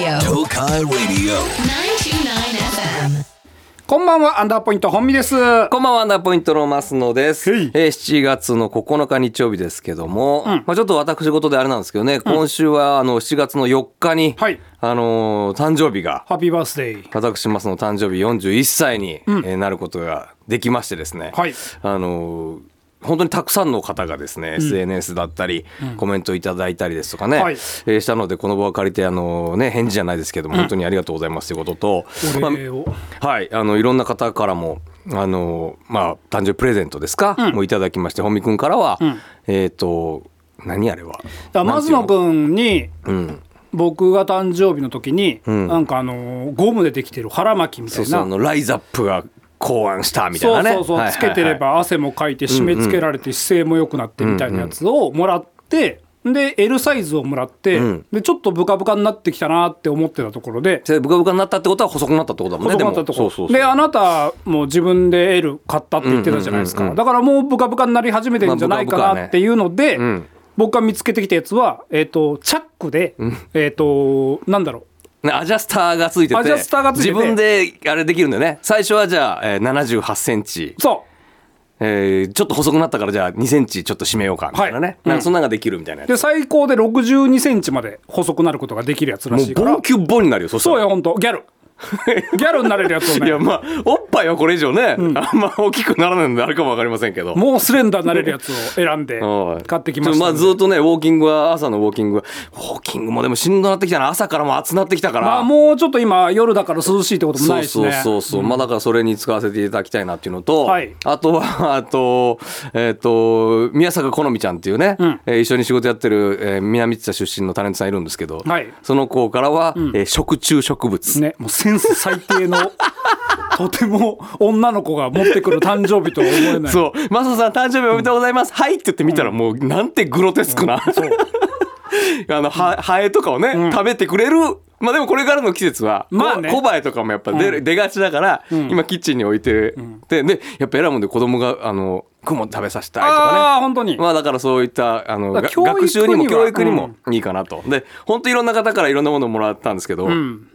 Sakai 929 Radio. FM. こんばんは、アンダーポイント本美です。はこんばんは、アンダーポイントのマスノです。へいえー、7月の9日日曜日ですけども、んまあちょっと私事であれなんですけどね、今週はあの7月の4日に、はいあのー誕生日が、ハッピーバースデー。私マスの誕生日41歳に、えーなることができましてですね、はいあのー本当にたくさんの方がですね、SNS だったり、コメントいただいたりですとかね、はいえーしたのでこの場を借りてあのーね返事じゃないですけども、本当にありがとうございますということと、まおあ礼を。はい、あのいろんな方からもあのまあ誕生日プレゼントですか、もういただきまして本見くんからは、えっ、と何あれはだからマズノん君に、うん僕が誕生日の時に、んなんかあのーゴムでできてる腹巻きみたそういそうあな。のライザップが考案したみたいなねそうそうそうはいつけてれば汗もかいて締め付けられて姿勢も良くなってみたいなやつをもらって、で L サイズをもらって、うんでちょっとブカブカになってきたなって思ってたところでそれでブカブカになったってことは細くなったってことだもんね細くなったとこでもろそうそうそうであなたも自分で L 買ったって言ってたじゃないですか、うんうんうんだからもうブカブカになり始めてんじゃないかまあブカブカなねっていうので、ん僕が見つけてきたやつは、えっとチャックで、えっとなんだろうねアジャスターがついててアジャスターがついてて自分であれできるんだよね最初はじゃあ、えー、7 8センチ、そえーちょっと細くなったからじゃあ2センチちょっと締めようかみたいなね、はいなんかそんなのができるみたいなやうでつ最高で6 2センチまで細くなることができるやつらもしいうからボンキュッボンになるよそしたそうらよ本当ギャ ルギャルになれるやつをいねやまあおっぱいはこれ以上ね、あんま大きくならないのであるかもわかりませんけどもうスレンダーになれるやつを選んではい買ってきましちょたまあんでずっとねウォーキングは朝のウォーキングはウォーキングもでもしんどなってきたな朝からも暑なってきたからまあもうちょっと今夜だから涼しいってこともそなういしそうねそうそう、まあだからそれに使わせていただきたいなっていうのと、はいあとは あとえっ、と宮坂好みちゃんっていうね、んえー一緒に仕事やってる、えー南千田出身のタレントさんいるんですけど、はいその子からは、えー食虫植物、ね、もうセンス最低 のとても女の子が持ってくる誕生日とは思えないそう「マサさん誕生日おめでとうございます、はい」って言ってみたらもうなんてグロテスクな、 あのハハエとかをね、食べてくれるまあでもこれからの季節は、まあねこ小バエとかもやっぱ出,、出がちだから、今キッチンに置いて、ででやっぱ選ぶんで子供があの雲食べさせたいとあかあ本当に、 ねまあだからそういったあのだからが教育学習にもには教育にもいいかなと、で本当いろんな方からいろんなものをもらったんですけど、うん、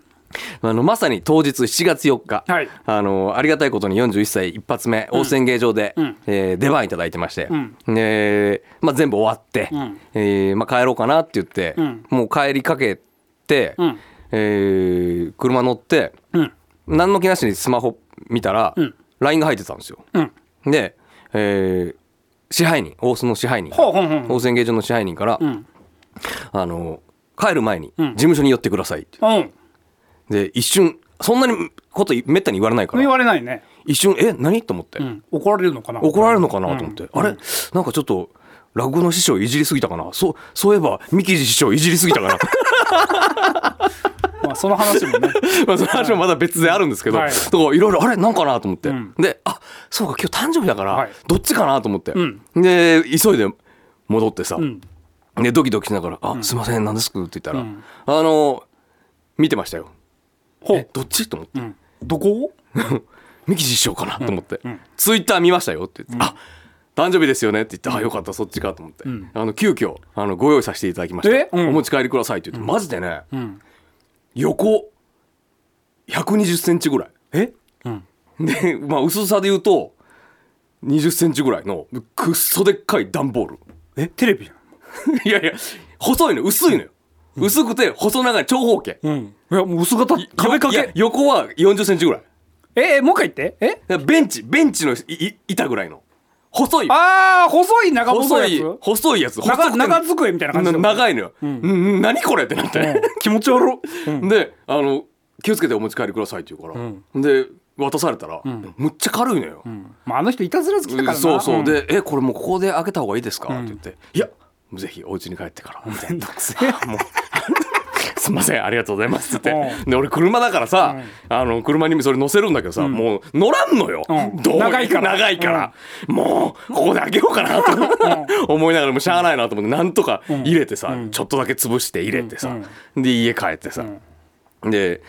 あのまさに当日7月4日、はいあのありがたいことに41歳一発目大泉芸場で、んえー出番いただいてまして、んでまあ、全部終わって、んえーまあ、帰ろうかなって言って、うんもう帰りかけて、うんえー車乗ってうん何の気なしにスマホ見たら、ん LINE が入ってたんですよ。うんで、えー支配人大須の支配人ほうほうほう大泉芸場の支配人から、んあの帰る前に事務所に寄ってくださいって。うんで一瞬そんなにことめったに言われないから言われないね、一瞬え何と思って、うん、怒られるのかな怒られるのかなと思って、あれなんかちょっと落語の師匠いじりすぎたかなそうそういえば三木師匠いじりすぎ たかなまあ、その話もね まあその話もまだ別であるんですけど、はいとかいろいろあれなんかなと思って、んであそうか今日誕生日だから、はいどっちかなと思って、んで急いで戻ってさ、んでドキドキしながら「あ、すいません何ですか?」って言ったら、あの見てましたよ。ほうえどっちと思って。うんどこ ミキ師匠かなと思って、ツイッター見ましたよって言って、あ誕生日ですよねって言って、あよかったそっちかと思って、あの急遽あのご用意させていただきましえた、うんお持ち帰りくださいって言って、マジでね、横120センチぐらいえ、でまあ薄さで言うと20センチぐらいのくっそでっかい段ボールえテレビじ いやいや細いの薄いのよ、薄くて細長い長方形、ゃん、うん、いやもう薄型壁掛いやけ横は40センチぐらいええもう一回言ってえだからベンチベンチのいい板ぐらいの細いああ細い長細細いいやつ細いやつ細長くて長机みたいな感じなだ長いのよ、ん何これってなって、気持ち 悪っであの気をつけてお持ち帰りくださいって言うから、で渡されたら、むっちゃ軽いのよ、まあ、あの人いたずら好きだからなそうそう、んで「えこれもうここで開けた方がいいですか?」って言って「いやぜひお家に帰ってから」みたいな「もう すいませんありがとうございます」って言って、うで俺車だからさ、あの車にそれ乗せるんだけどさ、もう乗らんのよ、うんどう長いから長いからもうここで開けようかなと思いながらもうしゃあないなと思ってなんとか入れてさ、ちょっとだけ潰して入れてさ、で家帰ってさ、で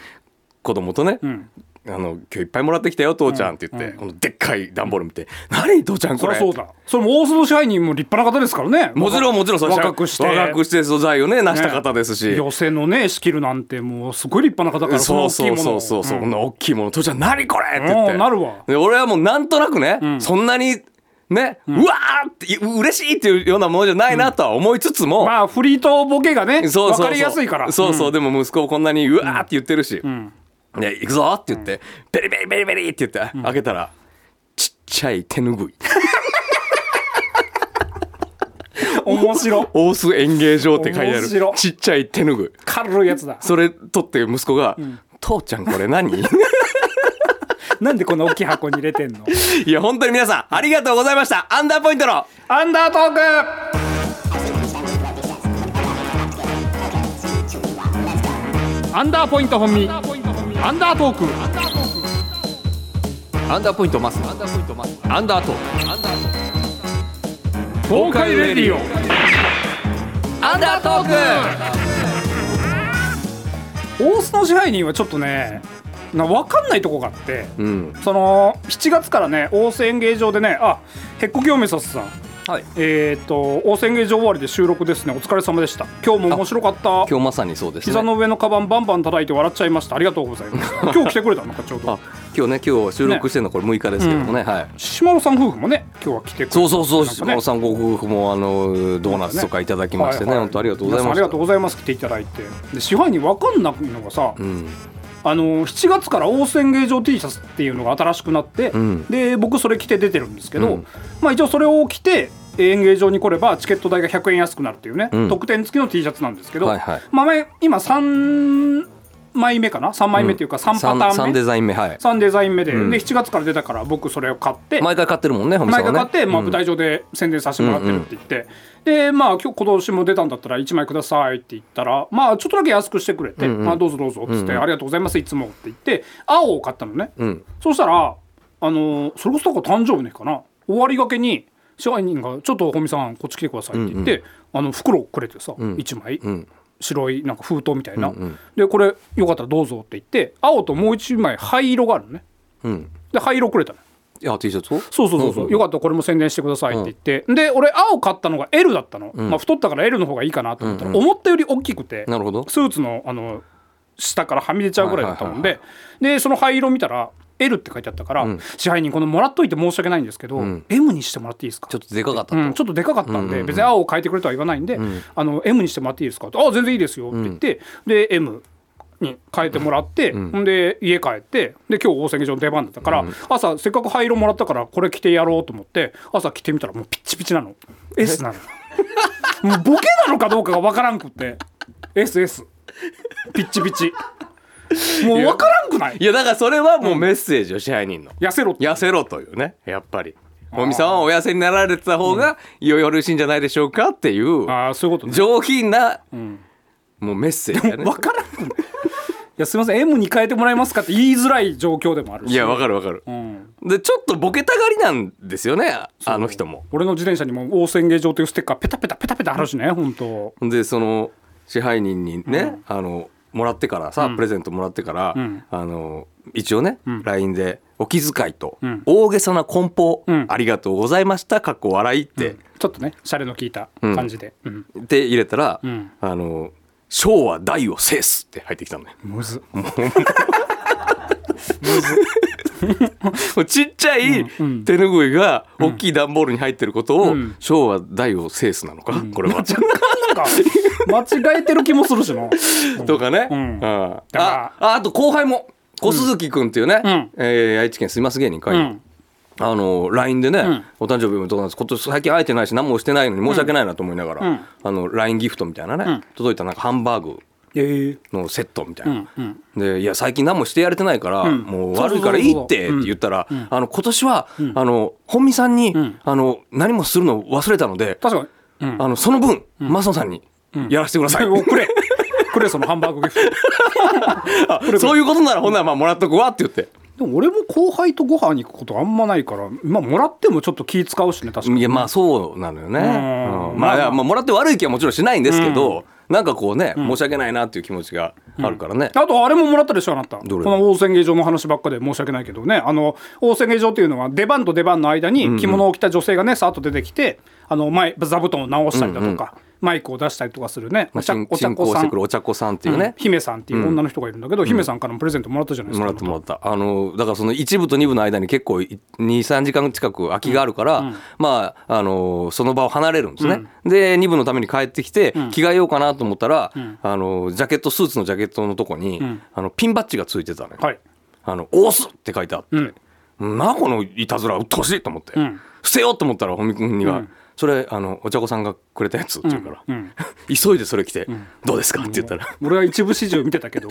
子供とね、んあの今日いっぱいもらってきたよ父ちゃんって言って、このでっかい段ボール見て「何父ちゃんそこりれゃ」そうだそれも大須支配人も立派な方ですからねもちろんもちろんそれ若くして若くして素材をね成した方ですし、寄せのね仕切るなんてもうすごい立派な方からそのそ大うきいそうものそをうそうそう、んこんな大きいもの父ちゃん何これって言ってうんなるわで俺はもうなんとなくね、そんなにね、うわーってう嬉しいっていうようなものじゃないなとは思いつつも、まあフリーとボケがねそう分そうそうかりやすいからそうそう、うんでも息子をこんなにうわーって言ってるし「ね行くぞ」って言って「ベリベリベリベリ」って言って開けたらちっちゃい手ぬぐい面白大須演芸場って書いてあ面る白ちっちゃい手ぬぐい軽いやつ だそれ取って息子が「父ちゃんこれ何? 」 なんでこんな大きい箱に入れてんのいや本当に皆さんありがとうございましたアンダーポイントのアンダートークアンダーポイント本身アンダートークアンダーポイントマスアンダーポイントマスアンダート東海レディオアンダートーク大須の支配人はちょっとねな分かんないとこがあって、うんその7月からね大須演芸場でねあへっこきおめささんはいえっ、と大須演芸場終わりで収録ですねお疲れ様でした今日も面白かった今日まさにそうですね膝の上のカバンバンバン叩いて笑っちゃいましたありがとうございます 今日来てくれたのかちょうどあ今日ね今日収録してるのこれ6日ですけどもね、はい島野さん夫婦もね今日は来てくれてそうそうそう、なんか島ね野さんご夫婦もあのドーナツとかいただきましてね、はいはい本当ありがとうござ皆いさんまあしりた。がとうございます来ていただいてで支配人分かんないのがさ、んあの7月から大須演芸場 T シャツっていうのが新しくなって、んで僕それ着て出てるんですけど、うんまあ、一応それを着て演芸場に来ればチケット代が100円安くなるっていうね、ん特典付きの T シャツなんですけど、はいはいまあ前、今3枚目かな3枚目っていうか3パターン目、三三デザイン目はい。 3デザイン目で,、んで7月から出たから僕それを買って毎回買ってるもんね、本毎回買って、まあ、うん舞台上で宣伝させてもらってるって言って、でまあ今日今年も出たんだったら1枚くださいって言ったらまあちょっとだけ安くしてくれて「まあ、どうぞどうぞ」っつって、ありがとうございますいつも」って言って青を買ったのね、うんそうしたらあのーそれこそだから誕生日の日かな終わりがけに支配人が「ちょっと本見さんこっち来てください」って言って、あの袋をくれてさ、1枚。うん白いなんか封筒みたいな、でこれよかったらどうぞって言って青ともう1枚灰色があるのねうん。で灰色くれたのいや T シャツを？そうそうそうそう、よかったらこれも宣伝してくださいって言って、で俺青買ったのが L だったの、まあ、太ったから L の方がいいかなと思ったら、思ったより大きくてなるほど。スーツのあの下からはみ出ちゃうぐらいだったもんで、でその灰色見たら L って書いてあったから、支配人このもらっといて申し訳ないんですけど、M にしてもらっていいですかちょっとでかかったと。うん、ちょっとでかかったんで、別に青を変えてくれとは言わないんで、あの M にしてもらっていいですかって「あ全然いいですよ」って言って、で M に変えてもらって、ほんで家帰ってで今日大阪城の出番だったから、朝せっかく灰色もらったからこれ着てやろうと思って朝着てみたらもうピッチピチなの S なのもうボケなのかどうかが分からんくって SS ピッチピチもう分からんくないいやだからそれはもうメッセージよ、支配人の。痩せろって痩せろというね、やっぱり。もみさんはお痩せになられてた方がよよろしいんじゃないでしょうかっていうああそういうことね上品な、もうメッセージだね分。からんくないいやすいません M に変えてもらえますかって言いづらい状況でもあるしいやわかるわかる。うんでちょっとボケたがりなんですよね、あの人も。俺の自転車にも大宣芸場というステッカーペタペタペタペタ貼るしね本当でその支配人にね、あのもらってからさ、プレゼントもらってから、んあの一応ね、LINE で「お気遣いとん大げさな梱包、んありがとうございました」かっこ笑いって、ちょっとねシャレの効いた感じで、うんで入れたら、んあの「昭和大を制す」って入ってきたのね。むず もうちっちゃい手ぬぐいが大きい段ボールに入ってることを「ん昭和大を制す」なのか、これ は。なんか間違えてる気もするしなとかね、うんうんだあからああと後輩も小鈴木君っていうね、んえー愛知県すいます芸人会、うんあの LINE でね、んお誕生日おめでとうございます今年最近会えてないし何もしてないのに申し訳ないなと思いながら、うんあの LINE ギフトみたいなね、ん届いたなんかハンバーグええのセットみたいな、うんでいや最近何もしてやれてないから、んもう悪いからいいってって言ったら、あの今年は、あの本見さんに、んあの何もするの忘れたので、確かに、うんあのその分、マソンさんにやらせてください、おくれくれそのハンバーグギフトあ そういうことならほんならまあもらっとくわって言って。でも俺も後輩とご飯に行くことあんまないからまあもらってもちょっと気使うしね確かにいやまあそうなのよね、んうんまあ、まあもらって悪い気はもちろんしないんですけど、なんかこうね、申し訳ないなっていう気持ちがあるからね、あとあれももらったでしょあなたこどれの大宣芸場の話ばっかで申し訳ないけどねあの大宣芸場っていうのは出番と出番の間に着物を着た女性がねさっと出てきてあの前座布団を直したりだとか、マイクを出したりとかするねおまあ、茶進お茶進子行しさてんくるお茶子さんっていうね、姫さんっていう女の人がいるんだけど、姫さんからもプレゼントもらったじゃないですもからったもらったあのだからその一部と二部の間に結構23時間近く空きがあるから、まああのその場を離れるんですね、で二部のために帰ってきて、着替えようかなと思ったら、あのジャケットスーツのジャケットのとこに、んあのピンバッジがついてたのよ、はいあの「押す!」って書いてあって、うんなあこのいたずらうっとうしいと思って、ん捨てようと思ったらほみ君には、んそれあのお茶子さんがくれたやつ」って言うから、うん 急いでそれ着て、どうですか?」って言ったら。俺は一部始終見てたけ ど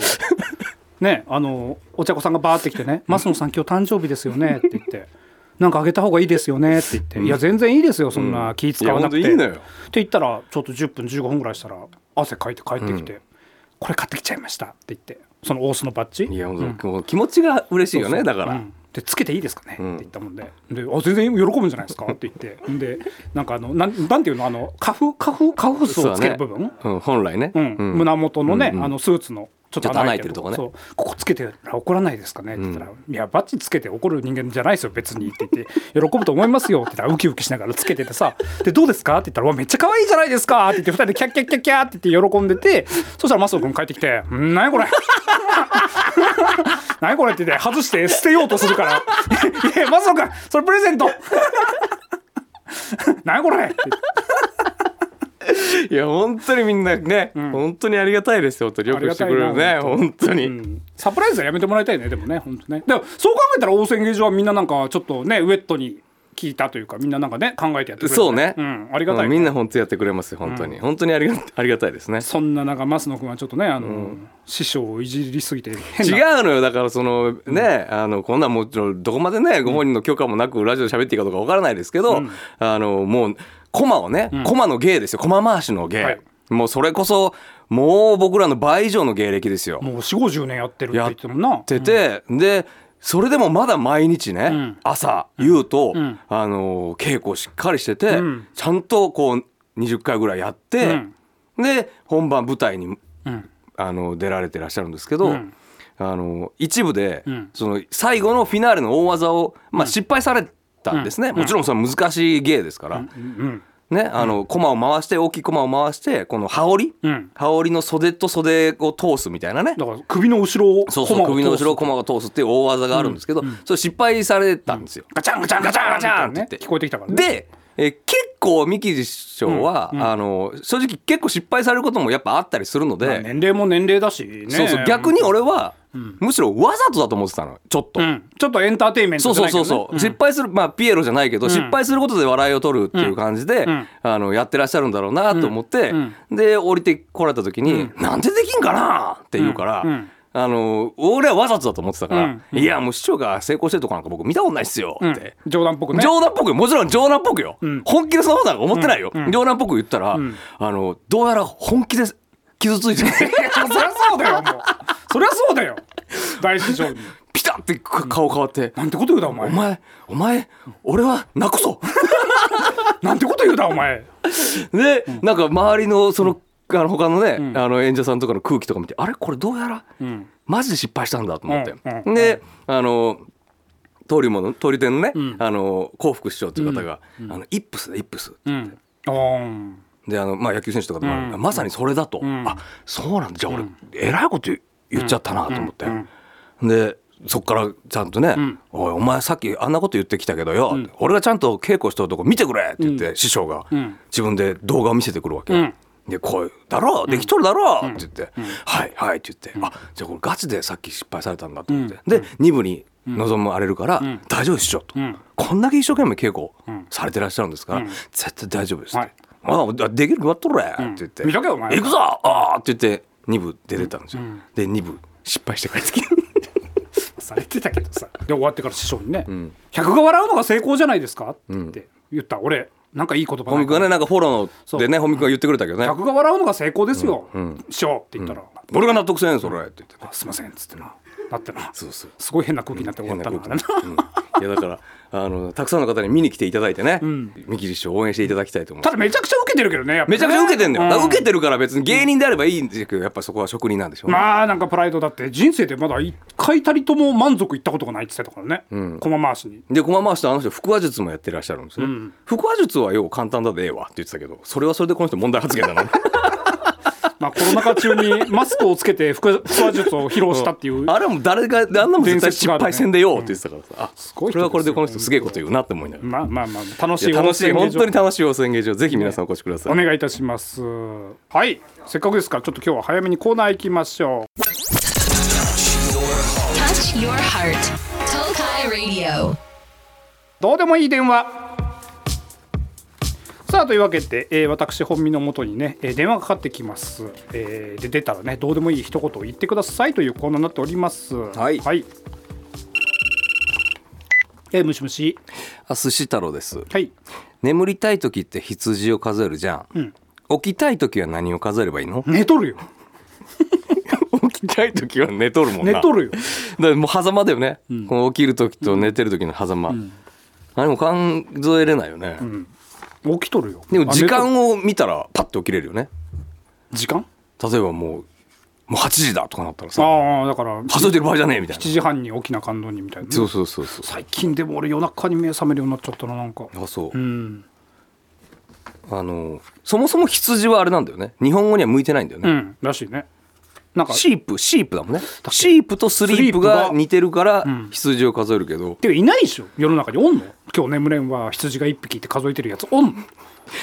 ねあのお茶子さんがバーって来てね「増野さん今日誕生日ですよね」って言って「なんかあげた方がいいですよね」って言って「いや全然いいですよそんな気使わなくて」いやほんといいっのよて言ったらちょっと10分15分ぐらいしたら汗かいて帰ってきて「これ買ってきちゃいました」って言ってその大須のバッジいや、もう気持ちが嬉しいよねだから、うんでつけていいですかね、って言ったもんでであ全然喜ぶんじゃないですかって言ってでなんかあのなんなんていうのあのカフカフカフスそうをだつねける部分、うん、本来ね、うんうん胸元のね、あのスーツのちょっちとょっと穴穴開開いいててるるととここねねここつけてら怒らないですかねって言ったら「いやバッチつけて怒る人間じゃないですよ別に」って言って「喜ぶと思いますよ」って言ったらウキウキしながらつけててさ「でどうですか?」って言ったらうわ「めっちゃ可愛いじゃないですか」って言って2人でキャッキャッキャッキャーって言って喜んでてそしたらマ野君帰ってきて「ん何これ 何これ」って言って外して捨てようとするから 「いやマ野君それプレゼント 何これ」って言っていや本当にみんなね、本当にありがたいですよとよくしてくれるあねりがたいな本当に、サプライズはやめてもらいたいねでもね本当ねでもそう考えたら応戦芸場はみんななんかちょっとねウェットに聞いたというかみんななんかね考えてやってくれる、そうね、うん、ありがたい、うんみんな本当やってくれますよ本当に、本当にありが ありがたいですねそんななんか増野君はちょっとねあの、師匠をいじりすぎて変違なうのよだからそのね、あのこんなんもちろんどこまでねご本人の許可もなくラジオで喋っていいかどうかわからないですけど、あのもうコマをね、コマの芸ですよコマ回しの芸、はいもうそれこそもう僕らの倍以上の芸歴ですよもう4 5 0年やってるってや言っってもんなてて、でそれでもまだ毎日ね、ん朝言うと、んあのー稽古しっかりしてて、うんちゃんとこう20回ぐらいやって、で本番舞台にうんあの出られてらっしゃるんですけど、うんあの一部で、うんその最後のフィナーレの大技を、まあ、失敗されたんですね、うんもちろんそれは難しい芸ですから、うんねあの駒を回して大きい駒を回してこの羽織、うん羽織の袖と袖を通すみたいなねだから首の後ろをそうそう駒を通首すの後ろを駒が通すっていう大技があるんですけど、それ失敗されたんですよ。ガチャンガチャンガチャンガチャンってガチャンねって聞こえてきたからねで、えー結構三木師匠は、あの正直結構失敗されることもやっぱあったりするので、まあ年齢も年齢だしねそうそう逆に俺は、むしろわざとだと思ってたのちょっと。うんちょっとエンターテインメンそトうじゃそなういけそど、うね、そう、失敗するまあピエロじゃないけど、失敗することで笑いを取るっていう感じで、うんあのやってらっしゃるんだろうなと思って、うんで降りてこられた時に、なんでできんかなって言うから、うんうんあの俺はわざとだと思ってたから、うんいやもう市長が成功してるとこなんか僕見たことないっすよって。うん冗談っぽくね冗談っぽくよもちろん冗談っぽくよ、ん本気でそのことなんか思ってないよ、冗談っぽく言ったら、あのどうやら本気で傷つい てるいやそりゃそうだよもうそりゃそうだよ大師匠にピタって顔変わって、なんてこと言うだお前お前お前俺は泣くぞなんてこと言うだお前で、なんか周りのその、あの他のね、あの演者さんとかの空気とか見てあれこれどうやら、んマジで失敗したんだと思って、うんうんであの通りもの通り店のね、あの幸福師匠という方が、あのイップスだイップスうんあであの、まあ、野球選手とかでもあるからまさにそれだと、あそうなんだじゃあ俺、えらいこと言っちゃったなと思って、でそっからちゃんとね「おいお前さっきあんなこと言ってきたけどよ、俺がちゃんと稽古しとるとこ見てくれ」って言って、師匠が自分で動画を見せてくるわけよ。うんでこういうだろうできとるだろうって言って「はいはい」って言って「あじゃあこれガチでさっき失敗されたんだ」と思ってで2部に臨まれるから「大丈夫でしょ」とん「こんだけ一生懸命稽古されてらっしゃるんですから絶対大丈夫です」ってはいああできるわっとれって言って、うん見とけよお前行くぞあーって言って2部出てたんですよ、で2部失敗して帰ってきてあされてたけどさで終わってから師匠にね「客が笑うのが成功じゃないですか」って言った俺なんかいい言葉本な見いか君がなねなんかフォローでね本見君が言ってくれたけどね客が笑うのが成功ですよ師匠って言ったら「俺が納得せんそれって言ってあすいません」っつってななってなそうそうすごい変な空気になって終わ変ったなな空気あれなうんいやだからあのたくさんの方に見に来ていただいてね、見切り師匠応援していただきたいと思います ただめちゃくちゃ受けてるけどねやっぱねめちゃくちゃ受けてんだよ、だからう受けてるから別に芸人であればいいんですけどやっぱそこは職人なんでしょうね、まあなんかプライドだって人生でまだ一回たりとも満足いったことがないって言ってたからね、駒回しにで駒回しとあの人腹話術もやってらっしゃるんですね、腹話術はよう簡単だでええわって言ってたけどそれはそれでこ の人問題発言だなまあコロナ禍中に マスクをつけて腹腹話術を披露したっていうあれはもう誰があんなもん絶対失敗せんでよって言って たからさ、あごい人ですよこれはこれでこの人すげえこと言うなって思いながら、まあまあまあ楽しいいや楽し温泉い本劇場当に楽しいお宣言場ぜひ皆さんお越しください、お願いいたしますはいせっかくですからちょっと今日は早めにコーナー行きましょ Touch your heart. Tokai Radio. うどうでもいい電話さあというわけで、えー私本身のもとにね、えー電話がかかってきます、えーで出たらねどうでもいい一言を言ってくださいというコーナーになっておりますはいはい、えー、むしむしあ寿司太郎ですはい眠りたい時って羊を数えるじゃん、起きたい時は何を数えればいいの寝とるよ 起きたい時は寝とるもんな寝とるよだからもう狭間だよね、この起きる時と寝てる時の狭間、何も数えれないよね、起きとるよでも時あ寝間を見たらパッと起きれるよねと時間例えばもうもう8時だとかなったらさああだから7数えてる場合じゃねえみたいな時半に起きな感動にみたいなねそうそうそうそう最近でも俺夜中に目覚めるようになっちゃったななんかあそうう、んあのそもそも羊はあれなんだよね日本語には向いてないんだようね、んらしいねなんかっシープシープだもんねシープとスリースプリーがプが似てるから羊を数えるけど、ていうかいないでしょ世の中におんの今日眠れんは羊が1匹って数えてるやつおんの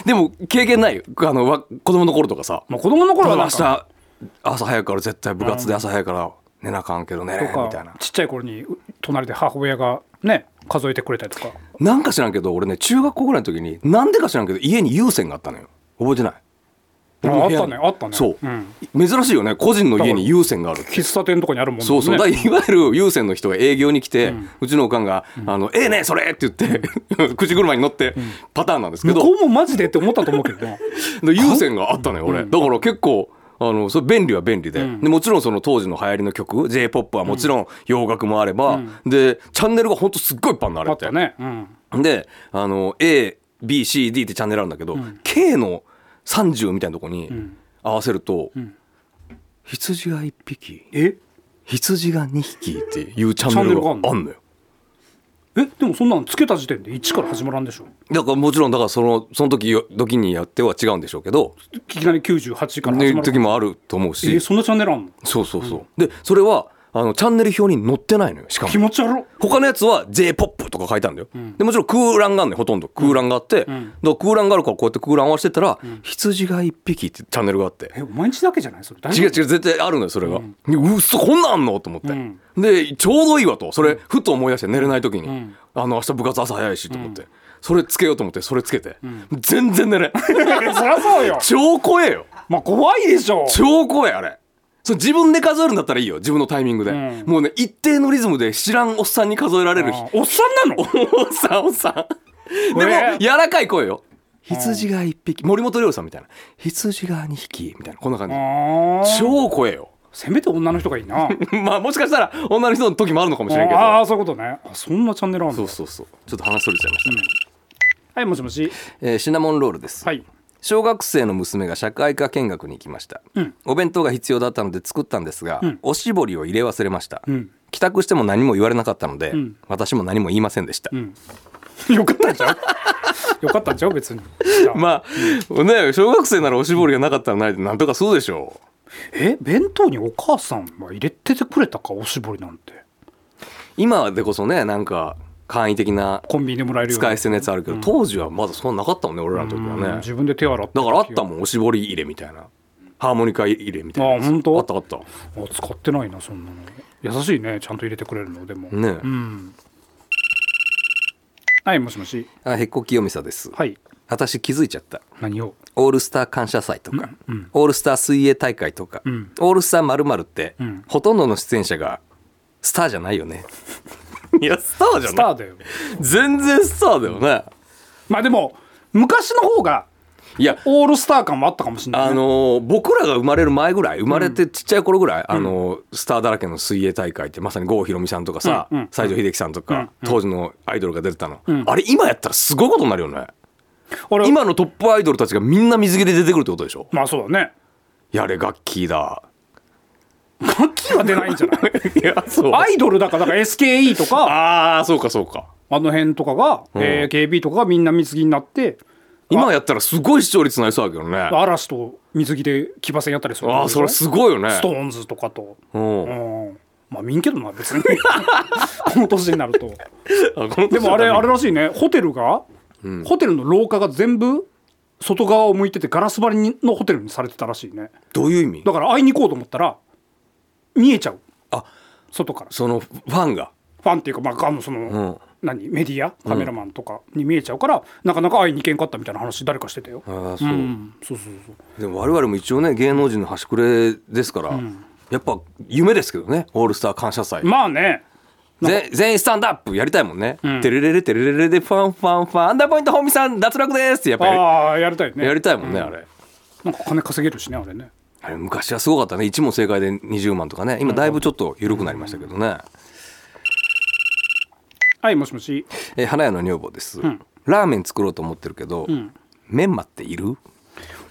でも経験ないよあのわ子供の頃とかさまあ子供の頃は明なんか日朝早くから絶対部活で朝早いから寝なあかんけどねとみたいかなちっちゃい頃にう隣で母親がね数えてくれたりとかなんか知らんけど俺ね中学校ぐらいの時になんでか知らんけど家に有線があったのよ覚えてないあ俺のあっ部屋たにねあったねそう、ん珍しいよね個人の家に有線があるって喫茶店とかにあるもんねそうそうだからいわゆる有線の人が営業に来て、うちのおかんが「あのええねそれ!」って言って 口車に乗ってパターンなんですけ向ど、こうもマジでって思ったと思うけど ねで有線があったのよ俺、だから結構あのそれ便利は便利で,、でもちろんその当時の流行りの曲 j p o p はもちろん洋楽もあれば、でチャンネルがほんとすっごいいっぱいあるのああれっってたねうんであの ABCD ってチャンネルあるんだけど、K の30みたいなとこに合わせると、羊が1匹え羊が2匹っていうチャンネルがあんチャンネルがあのよ。えでもそんなのつけた時点で1から始まらんでしょだからもちろんだからそのその時よ時にやっては違うんでしょうけどいきなり98からってい始うまる時もあると思うしえそんなチャンネルあんのそうそうそう、でそれはあのチャンネル表に載ってないのよしか気も持ち悪っ他のやつは j p o p とか書いてあるんだよ、でもちろん空欄があるのよほとんど空欄があって、だから空欄があるからこうやって空欄合わせてたら「羊が1匹」ってチャンネルがあってえお前んちだけじゃないそれ大違う違丈う絶対あるのよそれが、でうっそこんなんあんのと思って、んでちょうどいいわとそれふと思い出して寝れない時に、あの明日部活朝早いしと思って、それつけようと思ってそれつけて、全然 寝れん夫 そりゃそうよ超怖えよまあ怖いでしょ超怖いあれそう自分で数えるんだったらいいよ自分のタイミングで、んもうね一定のリズムで知らんおっさんに数えられるあ人ーおっさんなのおっさんおっさんでもえー柔らかい声よ羊が1匹森本涼さんみたいな羊が2匹みたいなこんな感じあー超怖えよ せめて女の人がいいなまあもしかしたら女の人の時もあるのかもしれんけどああーそういうことねあそんなチャンネルあるそのうそうそうちょっと話それちゃいましたね、はいもしもしえーシナモンロールです、はい小学生の娘が社会科見学に行きました、お弁当が必要だったので作ったんですが、おしぼりを入れ忘れました、ん 帰宅しても何も言われなかったので、私も何も言いませんでした、よかったんちゃう よかったんちゃう別にまあね小学生ならおしぼりがなかったらないでなんとかそうでしょうえ弁当にお母さんは入れててくれたかおしぼりなんて今でこそねなんか簡易的なコンビニでもらえるよう使ない捨てのやつあるけど、当時はまだそんななかったもんね俺らの時はうねん自分で手洗ってだからあったんもんおしぼり入れみたいなハーモニカ入れみたいなやつあ本当あったあった使ってないなそんなの優しいねちゃんと入れてくれるのでもねえうんはいもしもしあへっこ清美さです、はい私気づいちゃった何をオールスター感謝祭とか、オールスター水泳大会とか、オールスター〇〇って、んほとんどの出演者がスターじゃないよねいやスターじゃスタないーだよ全然スターだよねまあでも昔の方がいやオールスター感もあったかもしれない、ね、あのー僕らが生まれる前ぐらい生まれてちっちゃい頃ぐらい、あのースターだらけの水泳大会ってまさに郷ひろみさんとかさ、うんうん西城秀樹さんとか、当時のアイドルが出てたの、んあれ今やったらすごいことになるよね俺今のトップアイドルたちがみんな水着で出てくるってことでしょまあそうだねやれガッキーだガッキーは出ないんじゃない いやそうアイドルだからだから SKE とかああそうかそうかあの辺とかが、えー KB とかがみんな水着になって今やったらすごい視聴率になりそうだけどねあ嵐と水着で騎馬戦やったりするあーそれすごいよねストーンズとかと、うんうん、まあ見んけどな別に この年になるとででもあれあれらしいねホテルが、ホテルの廊下が全部外側を向いててガラス張りにのホテルにされてたらしいねどういう意味だから会いに行こうと思ったら見えちゃうあ外からそのファンがファンっていうか、まあ、あのその、うん何メディアカメラマンとかに見えちゃうから、なかなか会いに行けんかったみたいな話誰かしてたよ、ああそう、うん、そうそうそうでも我々も一応ね芸能人の端くれですから、やっぱ夢ですけどねオールスター感謝祭、まあねぜ全員スタンドアップやりたいもんね、んテレレレテレレレでファンファンファンアンダーポイント本美さん脱落ですってやっぱやり,、ああやりたいねやりたいもんね、あれなんか金稼げるしねあれねあれ昔はすごかったね1問正解で20万とかね今だいぶちょっと緩くなりましたけどね、はいもしもしえー花屋の女房です、んラーメン作ろうと思ってるけど、んメンマっている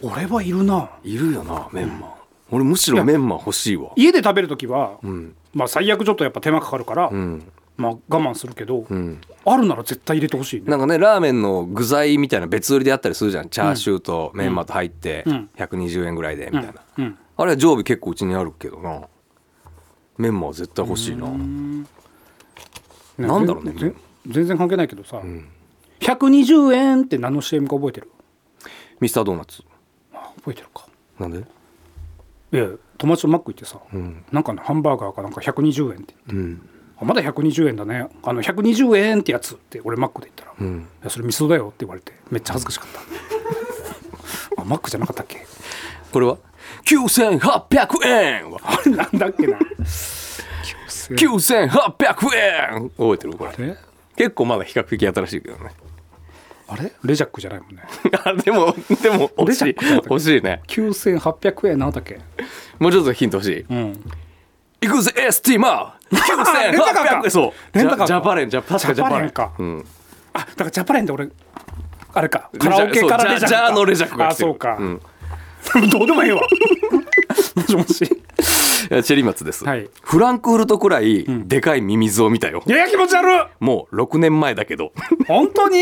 俺はいるないるよなメンマ、俺むしろメンマ欲しいわ家で食べる時は、んまあ最悪ちょっとやっぱ手間かかるから、うんまあ我慢するけど、んあるなら絶対入れてほしいねなんかねラーメンの具材みたいな別売りであったりするじゃんチャーシューとメンマと入ってうん120円ぐらいでみたいな、うんあれは常備結構うちにあるけどなメンマは絶対欲しいななんだろうねぜぜ全然関係ないけどさ、120円って何の CM か覚えてるミスタードーナツ覚えてるかなんでいや友達とマック行ってさ、なんかねハンバーガーかなんか120円って言って、あまだ120円だねあの120円ってやつって俺マックで言ったら、いやそれ味噌だよって言われてめっちゃ恥ずかしか ったあマックじゃなかったっけこれは9800円はあれなんだっけな9800円覚えてるこれえ結構まだ比較的新しいけどね あれレジャックじゃないもんねあでもでも欲しい欲しいね9800円なんだっけもうちょっとヒント欲しい、ん行くぜエスティーマー9800 レンタカーかそうレンタカーかジャジャパレンジャ確かジャパジャパレレンンかうんあだからジャパレンで俺あれかジカャラオケからレジャックかそうジャジャのレジャックがあ来てるそうか、うん どうでもいいわ もしもし いやチェリーマツです、はいフランクフルトくらいでかいミミズを見たよ、いや気持ち悪いもう6年前だけど本当に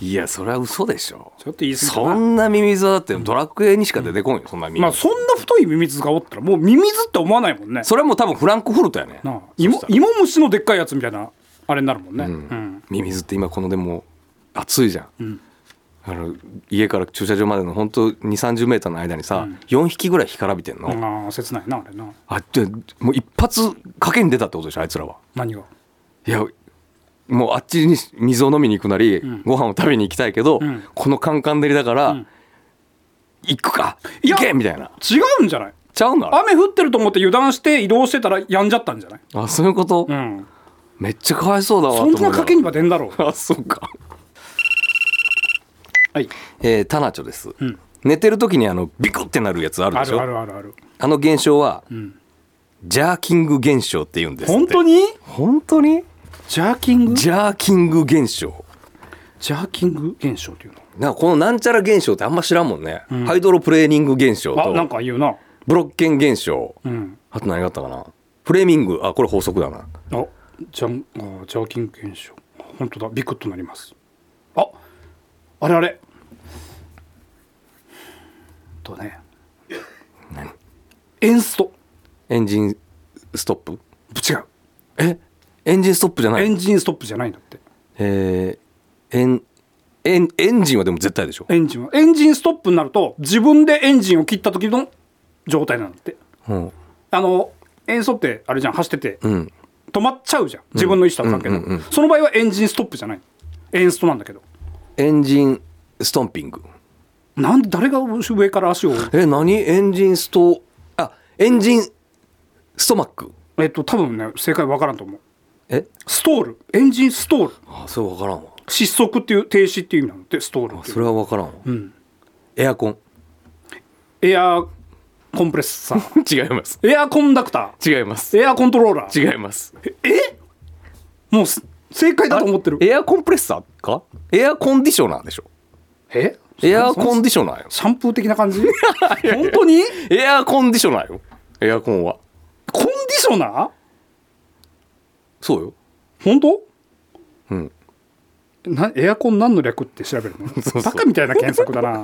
いやそれは嘘でしょちょっと言い過ぎたなそんなミミズはだってドラクエにしか出てこんよそんなミミズ、まあそんな太いミミズがおったらもうミミズって思わないもんね。それはもう多分フランクフルトやねなあそ芋したら芋虫のでっかいやつみたいなあれになるもんね。うんミミズって今このでも暑いじゃん、あの家から駐車場までの本当二三3 0ーの間にさ、四4匹ぐらい干からびてんの、ああ切ないなあれな。あでもう一発賭けに出たってことでしょあいつらは何が。いやもうあっちに水を飲みに行くなり、ご飯を食べに行きたいけど、んこのカンカン照りだから、行くかいや行けみたいな違うんじゃないちゃうのあ雨降ってると思って油断して移動してたらやんじゃったんじゃないれあそういうこと、うん。めっちゃかわいそうだわそんな賭けにには出んだろう。あそうかはい。えー、タナチョです、ん寝てる時にあのビクってなるやつあるあでしるょあるあるある。あの現象は、ジャーキング現象って言うんですって本当に本当にジャーキングジジャーキング現象ャーキング現象っていうなんかこのなんちゃら現象ってあんま知らんもんね、ハイドロプレーニング現象の。あなんとか言うな。ブロッケン現象、うん。あと何があったかなフレーミングあこれ法則だなあジャンあージャーキング現象本当だビクッとなりますああれあれとねエンストエンジンストップ違うえエンジンストップじゃなエいンジンストップじゃないんだってえー、エンエンエンジンはでも絶対でしょ、エンジンはエンジンストップになると自分でエンジンを切った時の状態なんだってうんあのエンストってあれじゃん走っててうん、止まっちゃうじゃん自分の意思とは関係なうんうんうんうんくその場合はエンジンストップじゃないエンストなんだけどエンジンストンピングなんで誰が上から足をえ何エンジンストあエンジンストマックえっと多分ね正解わからんと思うえストールエンジンストールあそれ分からんわ失速っていう停止っていう意味なのでストールっていそうれは分からんわ、エアコン エアコンプレッサー違いますエアコンダクタ違いますーエアコントローラー違いますもうす正解だと思ってるエアコンプレッサーかエアコンディショナーでしょえエアコンディショナーよシャンプー的な 感じ本当にエアコンディショナーよエアコンはコンディショナーそうよ本当うんなエアコン何の略って調べるの そうバカみたいな検索だな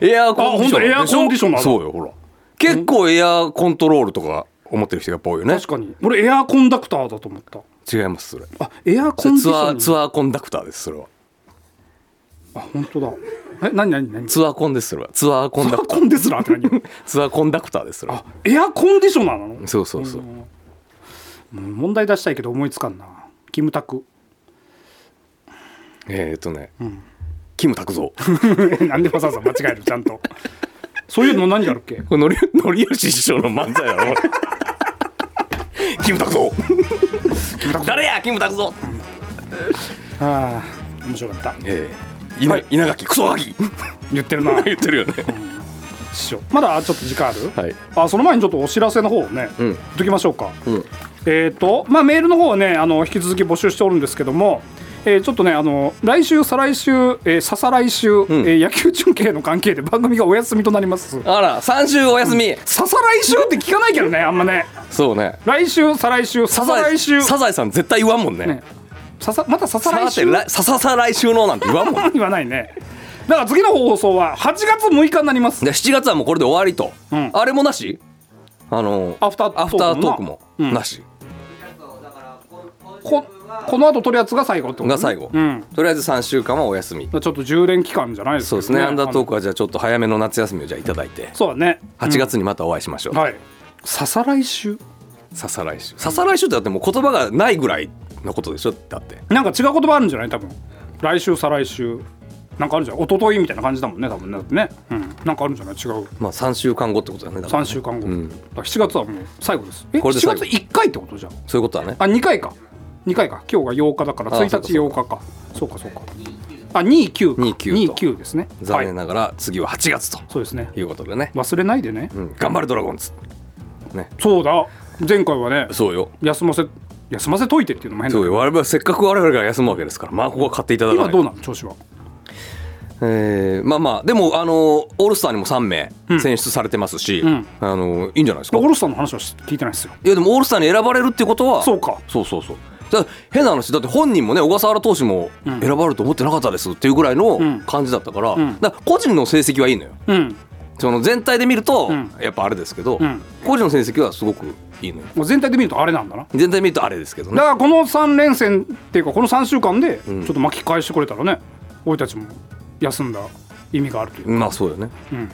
エアコンディあ本ショナー当エアコンディショナーだそうよほら結構エアコントロールとか思ってる人が多いよね確かに俺エアコンダクターだと思った違いますそれあエアコンディシツアョーンツアーコンダクターですそれはあ本当だえ何何何ツアーコンですそれはツアーコンダエアクタコーンですらって何ツアーコンダクターです それはあエアコンディショナーなのそうそうそうもう問題出したいけど思いつかんなキムタク えーっとねキムタクゾウなんでわざわざ間違えるちゃんとそういうの何やるっけこれのり のりよし師匠の漫才だろ キムタクゾウ誰やキムタクゾウああ面白かったええ稲稲垣クソガキ言ってるな 言ってるよね師匠まだちょっと時間ある、はいあその前にちょっとお知らせの方をね、ん言っときましょうか、んえっ、とまあメールの方はねあの引き続き募集しておるんですけどもえーちょっとねあの来週再来週、えー再々来週、えー野球中継の関係で番組がお休みとなりますあら三週お休み、ささ来週って聞かないけどねあんまねそうね来週再来週ささ来週サザエさん絶対言わんもんねねささまたさささ来て週らさささ来週のなんて言わんもん言わないねだから次の放送は8月6日になりますで7月はもうこれで終わりと、んあれもなしあのアフタートークもなアフタートークもなし、ここの後取るやつが最後ってこと、ね、が最後、うんとりあえず3週間はお休みだからちょっと充電期間じゃないですそか、うですねアンダートーククはじゃあちょっと早めの夏休みをじゃあいただいてそうだね8月にまたお会いしましょう、はいささ来週ささ来週ささ来週ってだってもう言葉がないぐらいのことでしょだってなんか違う言葉あるんじゃない多分来週再来週なんかあるんじゃない一昨日みたいな感じだもんね多分ねだってね、うん、なんかあるんじゃない違うまあ3週間後ってことだねだから3ね週間後、んだから7月はもう最後ですえこれで7最後月1回ってことじゃんそういうことだねあ二2回か2回か今日が8日だからあ1日そう8日かそうかそうかあ29か29と29ですね残念はい、ながら次は8月とそうですねいうことでね、忘れないでね、うん、頑張れドラゴンズねそうだ前回はねそうよ休ませ休ませといてっていうのも変だそけうどよ我々はせっかく我々が休むわけですからまあここは買っていただかな今いどうなの調子はえーまあまあでもあのオールスターにも3名選出されてますし、んあのいいんじゃないですか、オーいルスターの話は聞いてないですよやでもオールスターに選ばれるってことはそうかそうそうそうだから変な話だって本人もね小笠原投手も選ばれると思ってなかったですっていうぐらいのん感じだったから,、んだから個人の成績はいいのようんその全体で見ると、んやっぱあれですけど、ん個人の成績はすごくいいのよもう全体で見るとあれなんだな全体で見るとあれですけどだねからこの3連戦っていうかこの3週間でちょっと巻き返してくれたらね、俺たちも休んだ意味があるというまあそうよね、ん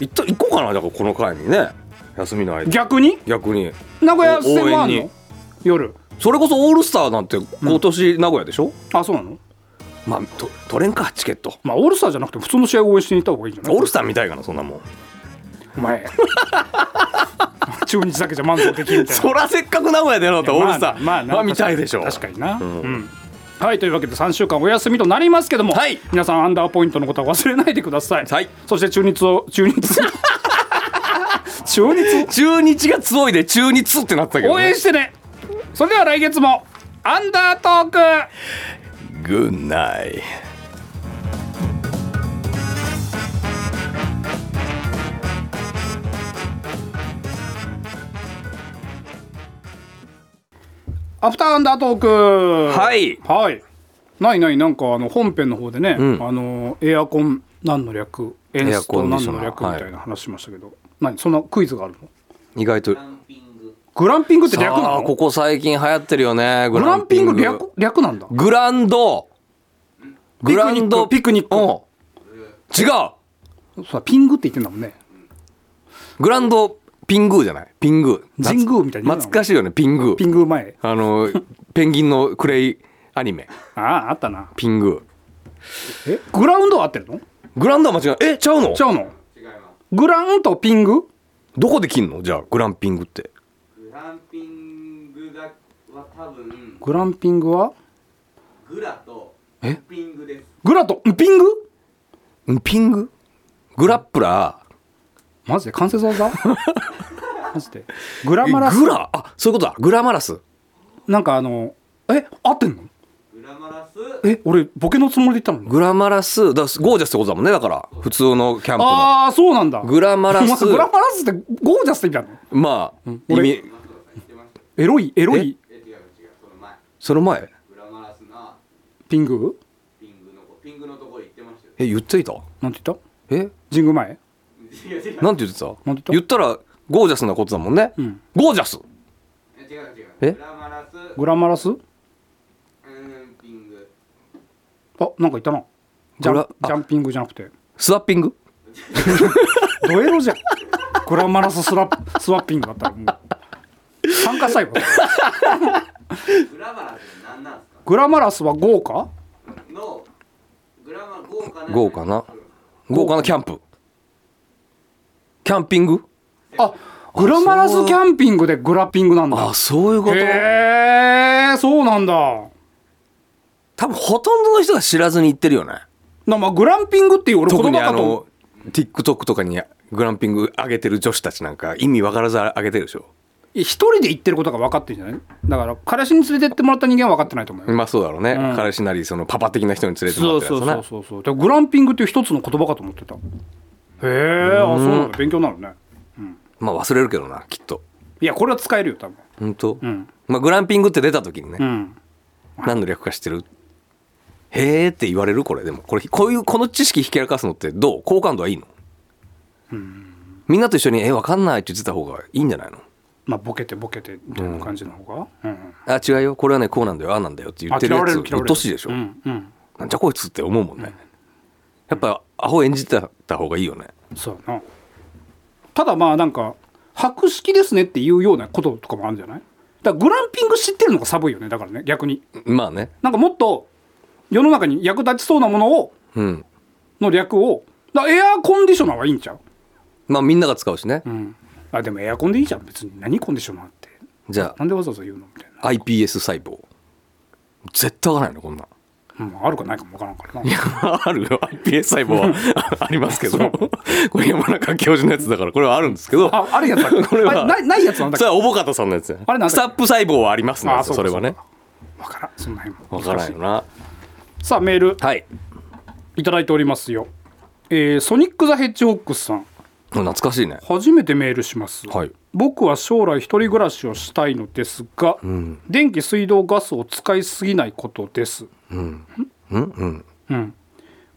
いった行こうかなだからこの回にね休みの間逆に逆に名古屋戦もあ応る援にの夜それこそオールスターなんて今年名古屋でしょ、あそうなのまあと取れんかチケットまあオールスターじゃなくても普通の試合を応援しに行った方がいいんじゃないオールスターみたいかなそんなもんお前 中日だけじゃ満足できるみたいなそらせっかく名古屋でやろうとオールスターまあ、な見たいでしょ確かにな、うんはいというわけで3週間お休みとなりますけども、はい皆さんアンダーポイントのことは忘れないでください、はいそして中日を中 日中日中日が強いで中日ってなったけど、ね、応援してねそれでは来月もアンダートークグッナイアフターアンダートークはいはいないないなんかあの本編の方でね、んあのエアコン何の略演エア出コとンディ何ショナのー略みたいな話しましたけど、何そんなクイズがあるの意外とグランピングって略なあのあここ最近流行ってるよねググランピンググ略略なんだ。ランドグランドピクニックピクニッうん違そううだピングって言ってんだもんね。グランドピングーじゃないピングー神宮みたいに言うな懐かしいよねピングーピング前。あのペンギンのクレイアニメああ、あったな。ピングえ、グラウンドは合ってるの？グランドは間違いえちゃうのちゃうの？グラウンドとピング？どこで切んのじゃあグランピングってグランピングがは多分グランピングは？グラとえピングです。グラとピング？んピンググラップラーマジで関節 技マジでグラえマラスグラあそういうことだグラマラスなんかあのえ合ってんのグラマラスえ俺ボケのつもりで言ったのにグラマラスだからゴージャスってことだもんねだから普通のキャンプのああそうなんだグラマ ラスお前グラマラスってゴージャスって意味なのまあ、意俺味エロいエロいえ違う違うその前その前グラマラスなピングピングの子ピングのところ行ってましたよえ言っていたなんて言ったえ神宮前違う違うなんて言ってたなんて言った言ったらゴージャスなことだもんね、うんゴージャスえ違う違うえグラマラスグラマラスあうーんピングなんか言ったなジャグンラあジャンピングじゃなくてスワッピングドエロじゃんグラマラススラッスワッピングだったらもう参加したいわグラマラスって何なんすかグラマラスは豪華のグラマ豪華な豪華なうん豪華なキャンプキャンピングあグラマラスキャンピングでグラピングなんだあそういうことへえそうなんだ多分ほとんどの人が知らずに言ってるよねなまあグランピングっていう俺特言に葉あかのと TikTok とかにグランピング上げてる女子たちなんか意味わからず上げてるでしょ一人で行ってることが分かってるんじゃないだから彼氏に連れてってもらった人間は分かってないと思うよ、まあそうだろうね、ん彼氏なりそのパパ的な人に連れてもそらっうてるそやうつそだうそなうそうだからグランピングっていう一つの言葉かと思ってたへえあそうなんだ勉強になるねまあ忘れるけどなきっといやこれは使えるよ多分本当、んまあグランピングって出た時にね、うん何の略か知ってるへーって言われるこれでもこれこういうこの知識ひけらかすのってどう好感度はいいの、みんなと一緒に「えわかんない」って言ってた方がいいんじゃないのまあボケてボケてみたいな感じの方がうん、うん、あ違うよこれはねこうなんだよああなんだよって言ってるやつうっとうしいでしょ、うんうんなんじゃこいつって思うもんね、やっぱアホ演じてた方がいいよねそうやなただまあなんか白式ですねっていうようなこととかもあるんじゃないだからグランピング知ってるのが寒いよねだからね逆にまあねなんかもっと世の中に役立ちそうなものをうんの略をだからエアコンディショナーはいいんちゃう、まあみんなが使うしね、うん、あでもエアコンでいいじゃん別に何コンディショナーってじゃなんでわざわざ言うのみたいあ iPS 細胞絶対わからないのこん なんな、うん、あるかないかもわからんからないやあるよ iPS 細胞は ありますけどこれ山中教授のやつだからこれはあるんですけどああるやつだ これはあれないないやつなんだっそけれは小保方さんのやつねあれなんだっスけタップ細胞はありますねあそれはねわからんそんな辺もわからんよなさあメールはいいただいておりますよ、えーソニック・ザ・ヘッジホックスさん懐かしいね初めてメールします、はい僕は将来一人暮らしをしたいのですが、電気水道ガスを使いすぎないことです、うんうんうん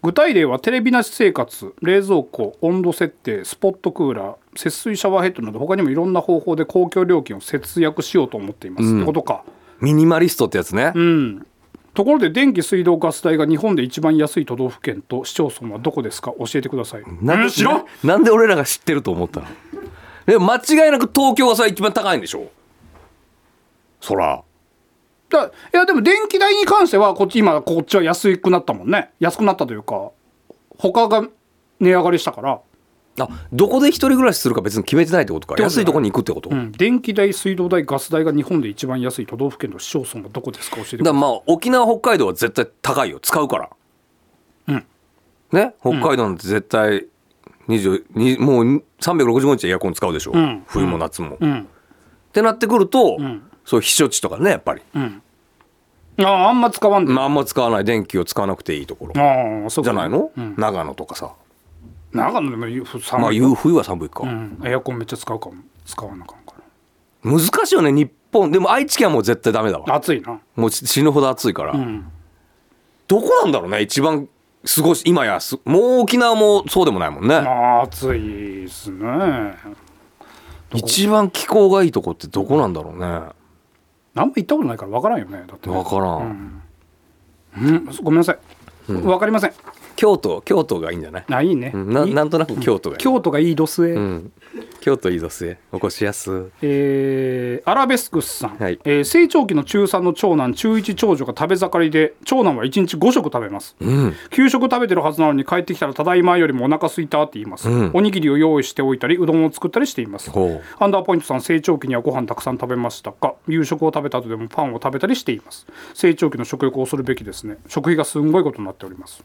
具体例はテレビなし生活冷蔵庫温度設定スポットクーラー節水シャワーヘッドなど他にもいろんな方法で公共料金を節約しようと思っています、ってことかミニマリストってやつね、うんところで電気水道ガス代が日本で一番安い都道府県と市町村はどこですか教えてくださいなんうんで知らんなんで俺らが知ってると思ったのでも間違いなく東京がそれ一番高いんでしょそらだいやでも電気代に関してはこっち今こっちは安くなったもんね安くなったというか他が値上がりしたから、あどこで一人暮らしするか別に決めてないってことかてことだ安よいとこに行くってこと、うだかん、電気代水道代ガス代が日本で一番安い都道府県の市町村はどこですか教えてくださらいまあ沖縄北海道は絶対高いよ使うからうんね北海道なんて絶対20にもう365日エアコン使うでしょ、ん冬も夏も、うっんてなってくると、んそう避暑地とかねやっぱり、うんあああんま使わんで、まあ、あんま使わない電気を使わなくていいところじああそうかゃないの、うん、長野とかさ長野でもふ寒い、まあ言う冬は寒いか、うん、エアコンめっちゃ使うかも使わなあかんか難しいよね日本でも愛知県はもう絶対ダメだらわ暑いなもう死ぬほど暑いから、うんどこなんだろうね一番過ごし今やすもう沖縄もそうでもないもんね、まあ暑いっすね一番気候がいいとこってどこなんだろうね何も行ったことないから分からんよねだってね分からん、うん、ごめんなさい、分かりません京都京都がいいんじゃないあいいね、うんないなんとなく京都がいい、京都がいい度末、うん、京都いいぞ末起こしやすえーアラベスクスさん、はいえー成長期の中3の長男中1長女が食べ盛りで長男は1日5食食べます、うん給食食べてるはずなのに帰ってきたら「ただいま」よりもお腹すいたって言います、うんおにぎりを用意しておいたりうどんを作ったりしていますほアンダーポイントさん成長期にはご飯たくさん食べましたか夕食を食べた後でもパンを食べたりしています成長期の食欲を恐るべきですね食費がすんごいことになっております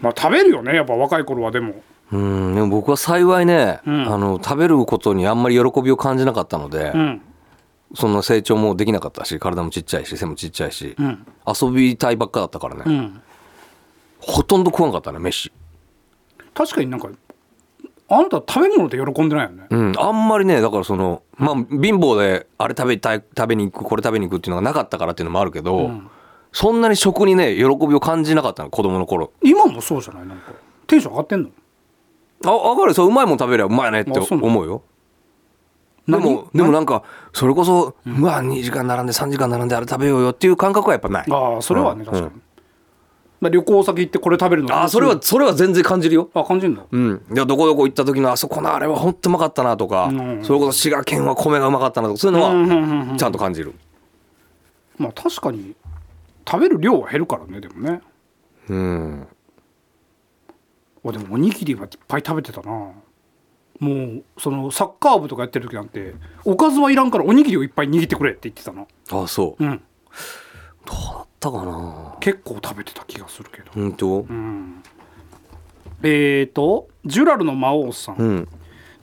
まあ食べるよねやっぱ若い頃はでもううんでも僕は幸いね、んあの食べることにあんまり喜びを感じなかったので、うんそんな成長もできなかったし体もちっちゃいし背もちっちゃいし、うん遊びたいばっかだったからね、うんほとんど食わんかったね飯、確かになんかあんた食べ物で喜んでないよねうん、あんまりねだからそのまあ貧乏であれ食べたい食べに行くこれ食べに行くっていうのがなかったからっていうのもあるけど、そんなに食にね喜びを感じなかったの子供の頃今もそうじゃないなんかテンション上がってんのあ分かるそううまいもん食べりゃうまいねってあそうなの思うよでもでもなんかそれこそ、うわ2時間並んで3時間並んであれ食べようよっていう感覚はやっぱないああそれはねうん確かに、まあ、旅行先行ってこれ食べるのあーそれはそれは全然感じるよあ感じるんだうん、いやどこどこ行った時のあそこのあれは本当うまかったなとか、うんそれこそ滋賀県は米がうまかったなとかそういうのうんうんうんうはんちゃんと感じる、まあ確かに食べる量は減るからねでもねうん、おでもおにぎりはいっぱい食べてたなもうそのサッカー部とかやってる時なんておかずはいらんからおにぎりをいっぱい握ってくれって言ってたなあそううんあったかな結構食べてた気がするけど本当うんえーとジュラルの魔王さん、うん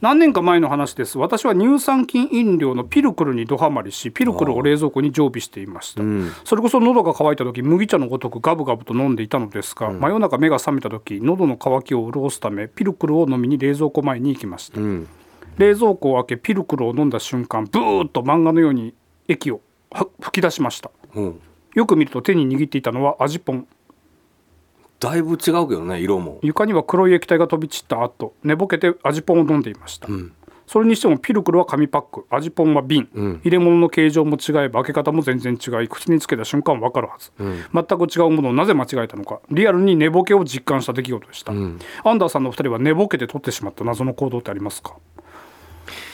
何年か前の話です私は乳酸菌飲料のピルクルにドハマりしピルクルを冷蔵庫に常備していました、うんそれこそ喉が渇いた時麦茶のごとくガブガブと飲んでいたのですが、真夜中目が覚めた時喉の渇きを潤すためピルクルを飲みに冷蔵庫前に行きました、うん冷蔵庫を開けピルクルを飲んだ瞬間ブーッと漫画のように液をは吹き出しましたうんよく見ると手に握っていたのは味ポンだいぶ違うけどね色も床には黒い液体が飛び散った後寝ぼけて味ポンを飲んでいました、んそれにしてもピルクルは紙パック味ポンは瓶、うん入れ物の形状も違えば開け方も全然違い口につけた瞬間分かるはず、ん全く違うものをなぜ間違えたのかリアルに寝ぼけを実感した出来事でした、んアンダーさんのお二人は寝ぼけて取ってしまった謎の行動ってありますか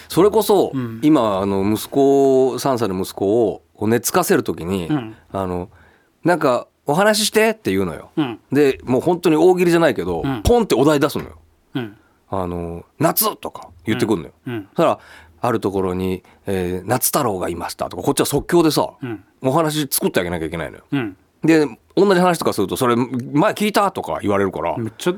それこそ、今あの息子3歳の息子を寝つかせる時に、うんあのなんかお話ししてって言うのよ、うんでもう本当に大喜利じゃないけど、んポンってお題出すのようんあの夏とか言ってくるのよ、うんそしたらあるところに、えー夏太郎がいました」とかこっちは即興でさ、うんお話作ってあげなきゃいけないのよ。うんで同じ話とかすると「それ前聞いた?」とか言われるから、めっちゃ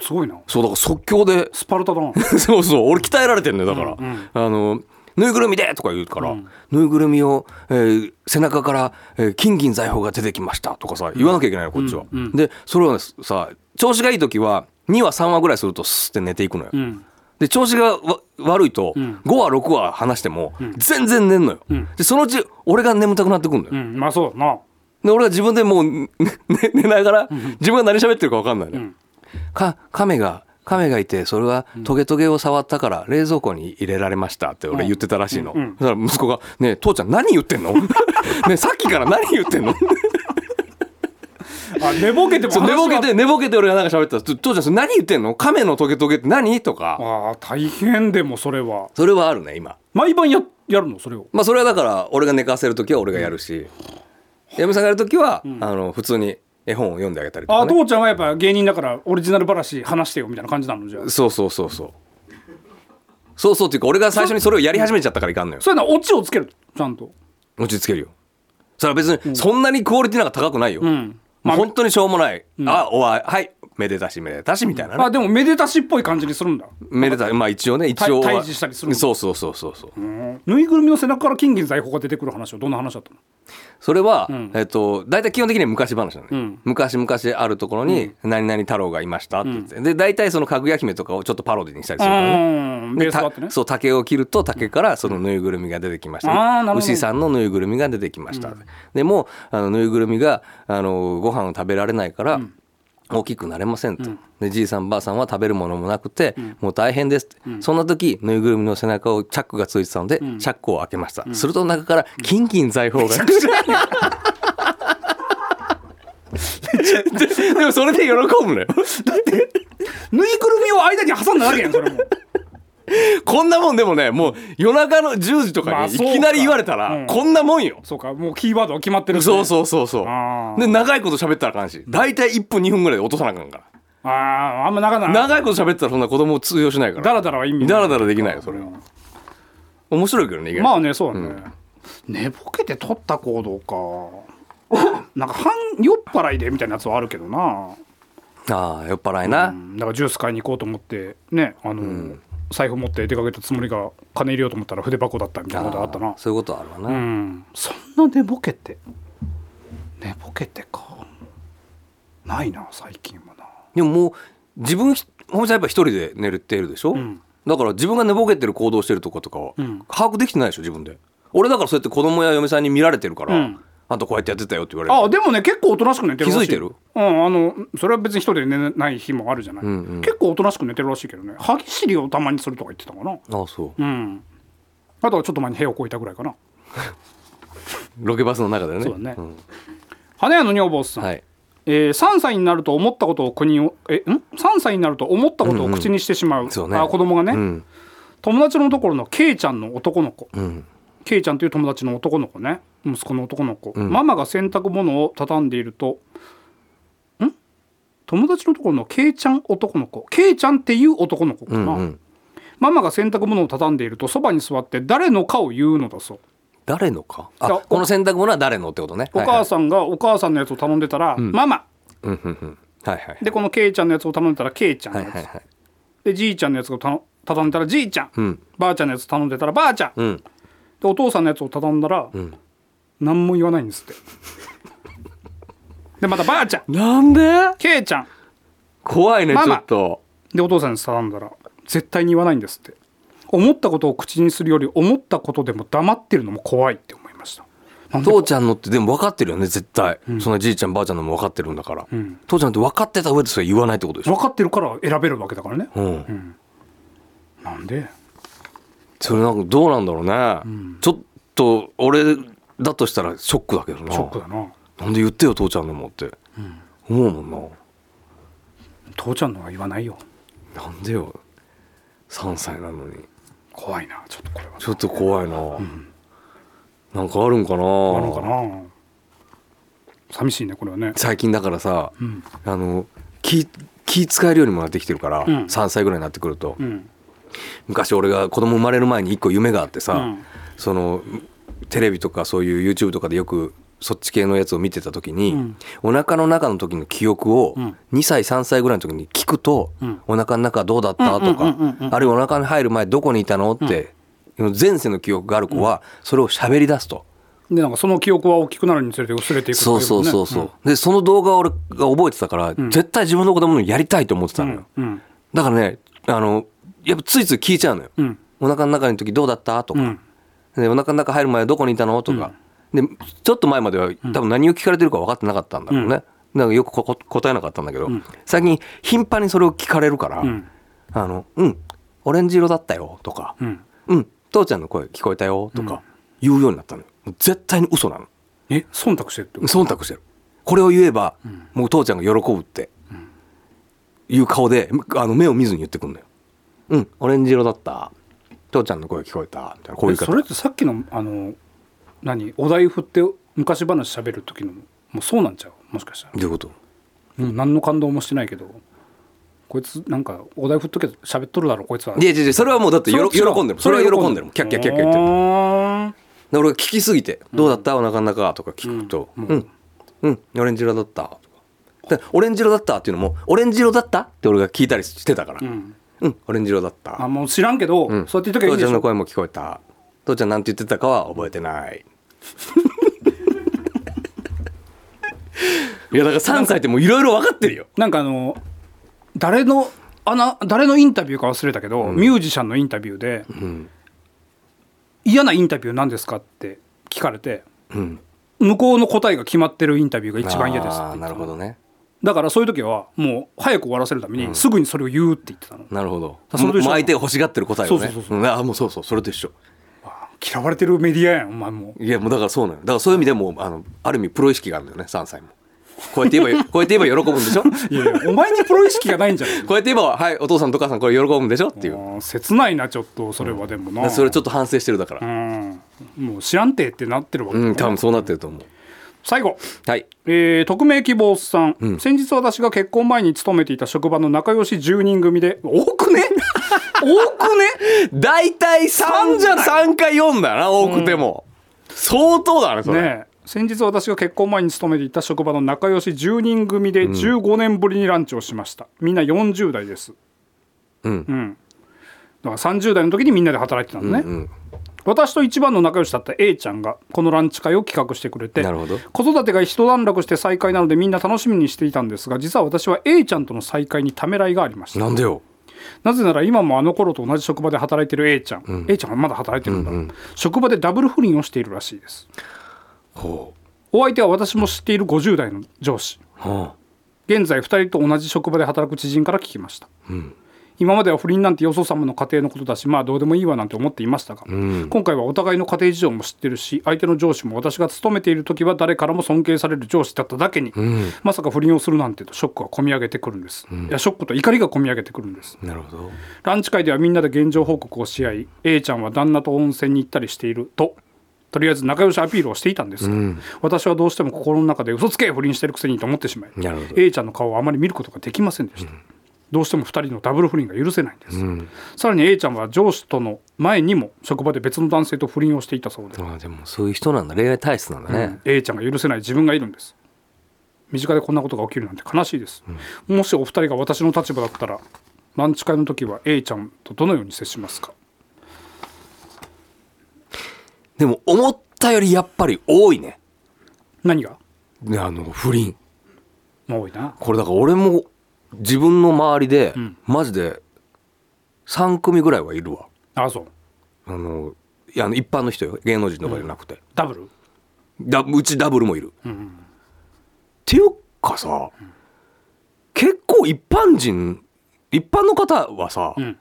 すごいなそうだから即興でスパルタだな そうそう俺鍛えられてんのよだから、あの「ぬいぐるみで!」とか言うから、ぬいぐるみを、えー背中から、えー金銀財宝が出てきました」とかさ言わなきゃいけないのこっちは。でそれをねさ調子がいい時は2話3話ぐらいするとスッて寝ていくのよ。うんで調子がわ悪いと、5話6話話しても全然寝んのよ、でそのうち俺が眠たくなってくるのよ、うんまあそうだなで俺が自分でもう、 ねね寝ながら自分が何喋ってるか分かんないのよ、か亀が亀がいてそれはトゲトゲを触ったから冷蔵庫に入れられましたって俺言ってたらしいの、だから息子が「ねえ父ちゃん何言ってんの ねえさっきから何言って んの?」あ寝ぼけてもそう寝ぼけ話がて寝ぼけて俺がなんか喋ってた「ちょ父ちゃんそれ何言ってんの亀のトゲトゲって何?」とかああ大変でもそれはそれはあるね今。毎晩ややるのそれをまあそれはだから俺が寝かせる時は俺がやるし嫁さんがやる時は、あの普通に絵本を読んであげたりとあか、ね、父ちゃんはやっぱ芸人だからオリジナル話話してよみたいな感じなのじゃあそうそうそうそうそうそうっていうか俺が最初にそれをやり始めちゃったからいかんのよそういうのはオチをつけるちゃんと落ち着けるよそれは別にそんなにクオリティなんか高くないよ、うんまあ、本当にしょうもない、あおわはいめでたしめでたしみたいなね、あでもめでたしっぽい感じにするんだめでたまあ一応ね一応対は対峙したりするのそうそうそうそうそうぬいぐるみの背中から金銀財宝が出てくる話はどんな話だったのそれは、えっと、大体基本的には昔話なのね、昔々あるところに「何々太郎がいました」って言って、で大体そのかぐや姫とかをちょっとパロディにしたりするからね。うんベースがあってねたそう竹を切ると竹からそのぬいぐるみが出てきました、あーなるほど牛さんのぬいぐるみが出てきました、でもあのぬいぐるみがあのご飯を食べられないから、大きくなれませんと、でじいさんばあさんは食べるものもなくて、もう大変ですって、そんな時ぬいぐるみの背中をチャックがついてたので、チャックを開けました、すると中から金銀財宝が、 ででもそれで喜ぶのよぬいぐるみを間に挟んだだけやんそれもこんなもんでもねもう夜中の10時とまかあにいそうかきなり言われたら、うんこんなもんよそうかもうキーワードは決まってるそううそうそうそうあーで長いこと喋ったらあかんし大体1分2分ぐらいで落とさなあかんからあああんまなかなか長いこと喋ったらそんな子供通用しないからダラダラは意味ないダラダラできないよそれはうん面白いけどね意外とまあねそうだね、寝ぼけて取った 行動かなんか半酔っ払いでみたいなやつはあるけどなああ酔っ払いな、うんだからジュース買いに行こうと思ってねあの、財布持って出かけたつもりが金入れようと思ったら筆箱だったみたいなことあったなそういうことあるわな、うんそんな寝ぼけて寝ぼけてかないな最近はなでももう自分ひ本社やっぱ一人で寝るてるでしょ、んだから自分が寝ぼけてる行動してるとことかはん把握できてないでしょ自分で俺だからそうやって子供や嫁さんに見られてるから、うんあんたこうやってやってたよって言われるあでもね結構おとなしく寝てるらしい気づいてるうんあのそれは別に一人で寝ない日もあるじゃない、んうん結構おとなしく寝てるらしいけどね歯ぎしりをたまにするとか言ってたかなああそううんあとはちょっと前に部屋を越えたぐらいかなロケバスの中でねそうだねん花屋の女房さん、はいえー、3歳になると思ったことを国をえん3歳になると思ったことを口にしてしまう,、そうねあ子供がね、うん友達のところのケイちゃんの男の子うんケイちゃんという友達の男の子ね息子の男の子、んママが洗濯物を畳んでいるとん友達のところのケイちゃん男の子ケイちゃんっていう男の子かうな、んうんママが洗濯物を畳んでいるとそばに座って誰のかを言うのだそう誰のかあいやおこの洗濯物は誰のってことねお母さんがお母さんのやつを頼んでたら「ママん、はいはい、うんうんうんはいはい」でこのケイちゃんのやつを頼んでたらケイちゃんのはいやつ、はいはいでじいちゃんのやつをたの畳んでたらじいちゃん、んばあちゃんのやつ頼んでたらばあちゃん、うんでお父さんのやつを畳んだら、何も言わないんですってでまたばあちゃんなんでけいちゃん怖いねマちょマっとでお父さんに頼んだら絶対に言わないんですって思ったことを口にするより思ったことでも黙ってるのも怖いって思いましたなんで父ちゃんのってでも分かってるよね絶対、そんなじいちゃんばあちゃんのも分かってるんだから、父ちゃんって分かってた上でそれ言わないってことでしょ分かってるから選べるわけだからねうんなんでそれなんかどうなんだろうね、ちょっと俺だとしたらショックだけどなショックだななんで言ってよ父ちゃんのもって、思うもん父ちゃんのは言わないよななんでよ3歳なのに怖いなちょっとこれはちょっと怖いな、なんかあるんかあるなのかな寂しいねこれはね最近だからさ、あの気気使えるようにもなってきてるから、ん3歳ぐらいになってくると、うん昔俺が子供生まれる前に一個夢があってさ、うんそのテレビとかそういう YouTube とかでよくそっち系のやつを見てた時に、んお腹の中の時の記憶をん2歳3歳ぐらいの時に聞くと、んお腹の中どうだったうんうんとうんかうんうんあるいはお腹に入る前どこにいたのって、前世の記憶がある子はそれを喋り出すと。でなんかその記憶は大きくなるにつれて薄れていくっていそうそうそうそう、でその動画を俺が覚えてたから、絶対自分の子供のやりたいと思ってたうのんよ、うんだからねあのやっぱついつい聞いちゃうのよ、うんお腹の中の時どうだったとうか、んでお腹の中入る前どこにいたのとか、でちょっと前までは多分何を聞かれてるか分かってなかったんだろうね、なんかよくここ答えなかったんだけど、最近頻繁にそれを聞かれるから「んあのうんオレンジ色だったよ」とかうん「うん、父ちゃんの声聞こえたよ」とか言うようになったのよもう絶対に嘘なのえ忖度してるってこと忖度してるこれを言えば、もう父ちゃんが喜ぶって、いう顔であの目を見ずに言ってくんのようんオレンジ色だった父ちゃんの声聞こえたみたいなこういえうそ方れってさっきのあの何お題振って昔話しゃべる時のもうそうなんちゃうもしかしたら、どういうことうん、何の感動もしてないけどこいつなんかお題振っとけ喋っとるだろこいつはいやいやいやそれはもうだってよろそれは違う喜んでるそれは喜んでるキャッキャッキャッキャ言ってるだかあら俺が聞きすぎて「どうだったお腹の中」とか聞くと「うんうん、オレンジ色だった」とかで「オレンジ色だった」っていうのも「オレンジ色だった?」って俺が聞いたりしてたから「うん、オレンジ色だった」ーあもう知らんけど、うんそうやって言っときゃいい父んちでゃんしのょ声も聞こえた父ちゃんなんて言ってたかは覚えてない いやだから3歳ってもういろいろ分かってるよなんかあの誰のあな誰のインタビューか忘れたけど、ミュージシャンのインタビューで、嫌なインタビューなんですかって聞かれて、ん向こうの答えが決まってるインタビューが一番嫌ですって言あっーてなるほどねだからそういう時はもう早く終わらせるためにすぐにそれを言うって言ってたの、なるほどそれと一緒だもう相手が欲しがってる答えをねそうそうそうそうんあーもうそうそうそれと一緒嫌われてるメディアやんお前もういやもうだからそうなのよだからそういう意味でもうあのある意味プロ意識があるんだよね3歳もこうやって 言えばこうやって言えば喜ぶんでしょいやいやお前にプロ意識がないんじゃないこうやって言えば はいお父さんとお母さんこれ喜ぶんでしょっていうだかあー切ないなちょっとそれはでもな、らそれちょっと反省してるだかうらんもう知らんてってなってるわけ、うん多分そうなってると思う最後はいえー匿名希望さん、先日私が結婚前に勤めていた職場の仲良し10人組で多くね多くね大体三3じじゃゃない3か4だな多くても、相当だねそれ、ねえ先日私が結婚前に勤めていた職場の仲良し10人組で15年ぶりにランチをしました、みんな40代ですうんだから30代の時にみんなで働いてたのね、うん私と一番の仲良しだった A ちゃんがこのランチ会を企画してくれてなるほど子育てが一段落して再会なのでみんな楽しみにしていたんですが実は私は A ちゃんとの再会にためらいがありましたなんでよなぜなら今もあの頃と同じ職場で働いてる A ちゃん、A ちゃんはまだ働いてるんだ、職場でダブル不倫をしているらしいですほお相手は私も知っている50代の上司うは現在2人と同じ職場で働く知人から聞きました、ん今までは不倫なんてよそ様の家庭のことだしまあどうでもいいわなんて思っていましたが、ん今回はお互いの家庭事情も知ってるし相手の上司も私が勤めている時は誰からも尊敬される上司だっただけに、んまさか不倫をするなんてとショックが込み上げてくるんです、いやショックと怒りが込み上げてくるんですあなるほどランチ会ではみんなで現状報告をし合い A ちゃんは旦那と温泉に行ったりしているととりあえず仲良しアピールをしていたんですが、私はどうしても心の中で嘘つけ不倫してるくせにと思ってしまいなるほど A ちゃんの顔をあまり見ることができませんでした、どうしても2人のダブル不倫が許せないんです、さらに A ちゃんは上司との前にも職場で別の男性と不倫をしていたそうで、あでもそういう人なんだ恋愛体質なんだね A ちゃんが許せない自分がいるんです身近でこんなことが起きるなんて悲しいです、もしお二人が私の立場だったらランチ会の時は A ちゃんとどのように接しますかでも思ったよりやっぱり多いね何がねあの不倫まあ多いなこれだから俺も自分の周りで、マジで3組ぐらいはいるわあそうあのいやあの一般の人よ芸能人とかじゃなくて、ダブル だうちダブルもいる、っていうかさ、結構一般人一般の方はさ、ん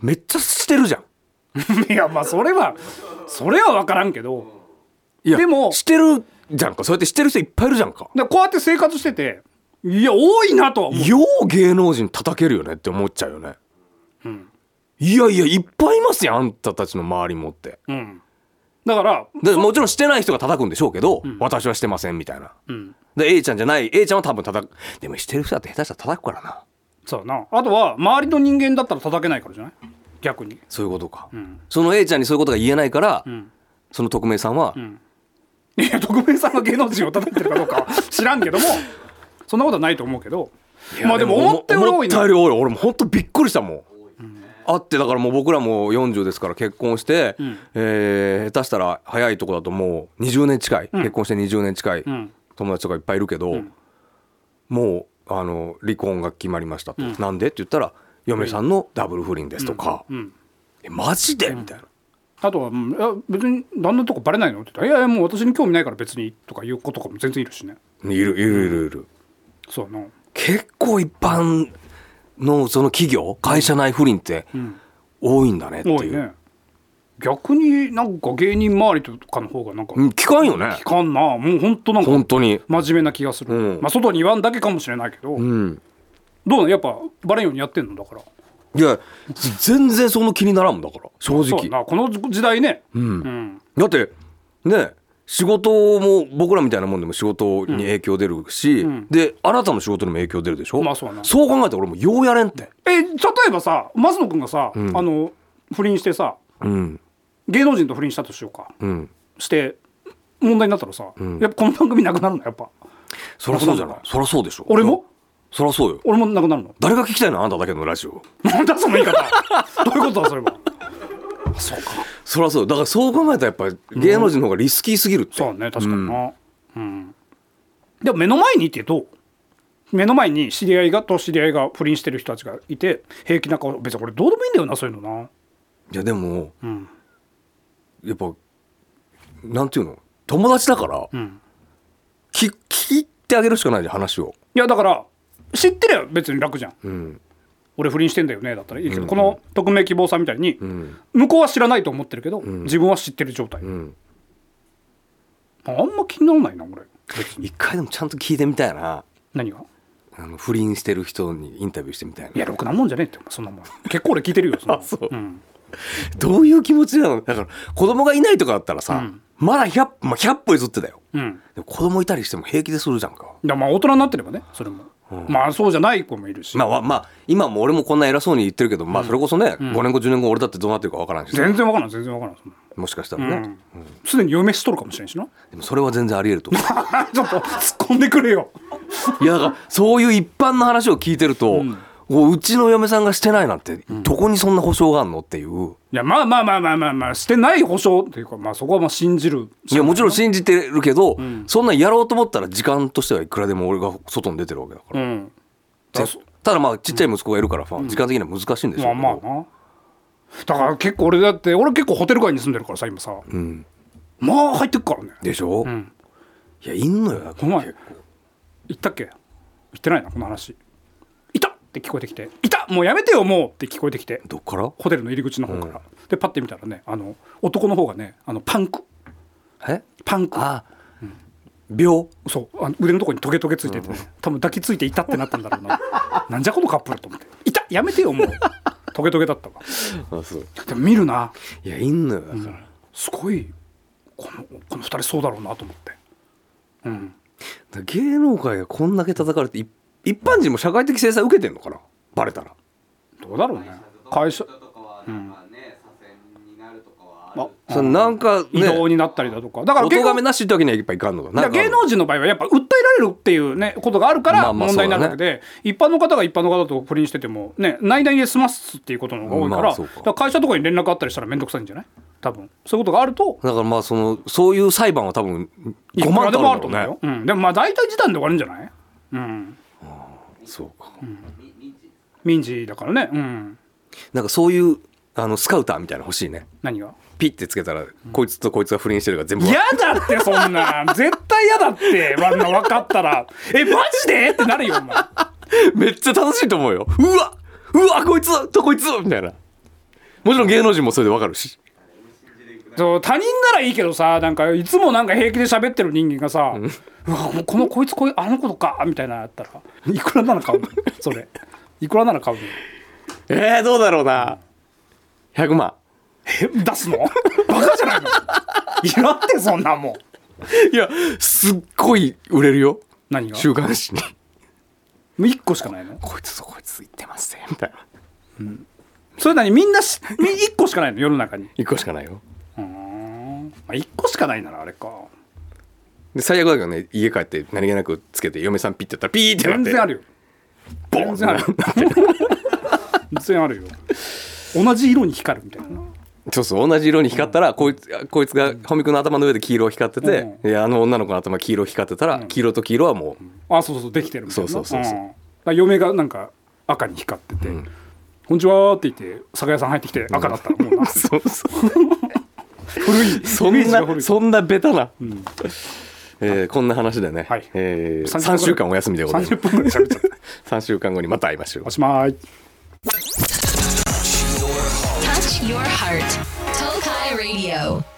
めっちゃしてるじゃんいやまあそれはそれは分からんけどいやでもしてるじゃんかそうやってしてる人いっぱいいるじゃんかだからこうやって生活してていや多いなとは思うよう芸能人叩けるよねって思っちゃうよね、いやいやいっぱいいますよあんたたちの周りもってうん、だからでもちろんしてない人が叩くんでしょうけど、私はしてませんみたいな、んで A ちゃんじゃない A ちゃんは多分叩くでもしてる人だって下手したら叩くからなそうやなあとは周りの人間だったら叩けないからじゃない逆にそういうことか、んその A ちゃんにそういうことが言えないから、んその匿名さんは、いや特命さんが芸能人を叩いてるかどうかは知らんけどもそんなことはないと思うけどいやまあでも思ったより多い思ったよなり多い俺も本当びっくりしたもん、あってだからもう僕らも40ですから結婚して、えー下手したら早いとこだともう20年近い、結婚して20年近いん友達とかいっぱいいるけど、もうあの離婚が決まりましたと、なんでって言ったら嫁さんのダブル不倫ですとか、えマジでみたいな、あとは、うんいや別に旦那とかバレないのって言ったら「いやいやもう私に興味ないから別に」とか言う子とかも全然いるしねいるいるいるいる、そうやな結構一般のその企業会社内不倫って多いんだねって多い、いうね逆になんか芸人周りとかの方がなんかうん、聞かんよね聞かんなもうほんとなんか本当に真面目な気がする、うんまあ外に言わんだけかもしれないけど、うんどうなんやっぱバレんようにやってんのだからいや全然その気にならんもんだからそ正う直やなこの時代ね、うんうんだってね仕事も僕らみたいなもんでも仕事に影響出るし、んであなたの仕事にも影響出るでしょ、まあそうやな考えたら俺もようやれんってえ例えばさ松野君がさ、あの不倫してさうん芸能人と不倫したとしようかうんして問題になったらさ、やっぱこの番組なくなるのやっぱそりゃそうじゃないあそりゃそうでしょ俺もそりゃそうよ俺もなくなるの誰が聞きたいのあんただけのラジオなんだそ の言い方どういうことだそれはそりゃそうよだからそう考えたらやっぱり芸能人の方がリスキーすぎるって、そうね確かになうん、でも目の前にいてどう目の前に知り合いがと知り合いが不倫してる人たちがいて平気な顔別に俺どうでもいいんだよなそういうのないやでも、んやっぱなんていうの友達だから、んき聞いてあげるしかないじゃん話を、いやだから知ってりゃ別に楽じゃんうん俺不倫してんだよねだったらいいけど、この匿名希望さんみたいに、向こうは知らないと思ってるけど、自分は知ってる状態、んあんま気にならないな俺別に一回でもちゃんと聞いてみたいな何があの不倫してる人にインタビューしてみたいいやなろくなもんじゃねえってお前そんなもん結構俺聞いてるよ そんなもんそううん、どういう気持ちなのだから子供がいないとかだったらさ、まだ 100,、まあ、100歩譲ってだようん、でも子供いたりしても平気でするじゃんかだからまあ大人になってればねそれも、まあそうじゃない子もいるし、まあわまあ今も俺もこんな偉そうに言ってるけどまあそれこそね、5年後10年後俺だってどうなってるかわからんし全然わからん全然わからんそんなもしかしたらね、すでに嫁しとるかもしれんしなでもそれは全然ありえると 思ちょっと突っ込んでくれよういやだからそういう一般の話を聞いてると、おうちの嫁さんがしてないなんてどこにそんな保証があるのっていういやまあまあまあまあまあまあしてない保証っていうかまあそこはまあ信じるいやもちろん信じてるけど、そんなんやろうと思ったら時間としてはいくらでも俺が外に出てるわけだから、うんぜただまあちっちゃい息子がいるからさ、時間的には難しいんでしょうけまど、あまあなだから結構俺だって俺結構ホテル街に住んでるからさ今さ、んまあ入ってくからねでしょ、んいやいんのよだかこのら前結行ったっけ行ってないなこの話いたって聞こえてきていたもうやめてよもうって聞こえてきてどっからホテルの入り口の方から、でパッて見たらねあの男の方がねあのパンクえパンクあ、秒そうあの腕のとこにトゲトゲついてて、ね多分抱きついていたってなったんだろうな なんじゃこのカップルと思っていたやめてよもうトゲトゲだったわあそうでも見るないやいんのよだから、すごいこのこの2人そうだろうなと思ってうんだから芸能界がこんだけ叩かれてい一般人も社会的制裁受けてんのかなバレたらどうだろうね会社とかはまあね左遷になるとかはあるそのなんか移ね動になったりだとかだからお咎結構めなしってわけにはいっぱいいかんのかだなから芸能人の場合はやっぱ訴えられるっていうねことがあるかまあらまあ問題になるわけで、一般の方が一般の方と不倫しててもね内々で済ますっていうことの方が多いから,、まあそうかだから会社とかに連絡あったりしたら面倒くさいんじゃない多分そういうことがあるとだからまあそのそういう裁判は多分い5く万らでもあるととあるん思うだろうよ、うん、でもまあ大体時短で終わるんじゃないうんねそうか民事だからねうんなんかそういうあのスカウターみたいなの欲しいね何がピッてつけたらこいつとこいつが不倫してるから全部嫌だってそん な絶対嫌だってあんな分かったらえマジでってなるよお前めっちゃ楽しいと思うようわうわこいつとこいつみたいなもちろん芸能人もそれでわかるしそう他人ならいいけどさなんかいつもなんか平気で喋ってる人間がさ「うわもうこのこいつこいあのことか」みたいなのやったらいくらなら買うのそれいくらなら買うのえー、どうだろうな100万え出すのバカじゃないのいらんってそんなもんいやすっごい売れるよ何が週刊誌にもう1個しかないの こいつとこいつ行ってますねみたいなそれ何みんなし1個しかないの世の中に1個しかないようーん、まあ、1個しかないならあれかで最悪だからね家帰って何気なくつけて嫁さんピッてやったらピーってなって全然あるよボ全然あンる よ全然あるよ同じ色に光るみたいなそうそう同じ色に光ったら、こいつこいつが本見君の頭の上で黄色が光ってて、であの女の子の頭黄色光ってたら、黄色と黄色はもうあそうそうできてるみたいなそうそうそうそうんだから嫁がなんか赤に光ってて「こんにちは」って言って酒屋さん入ってきて赤だったらもうな、 そうそう古いそイメんージが古な、いそんなベタな。えーこんな話でね、はいえー3週間お休みでございます30分ぐらい喋っちゃった3週間後にまた会いましょうおしまい Touch your heart. Tokai Radio.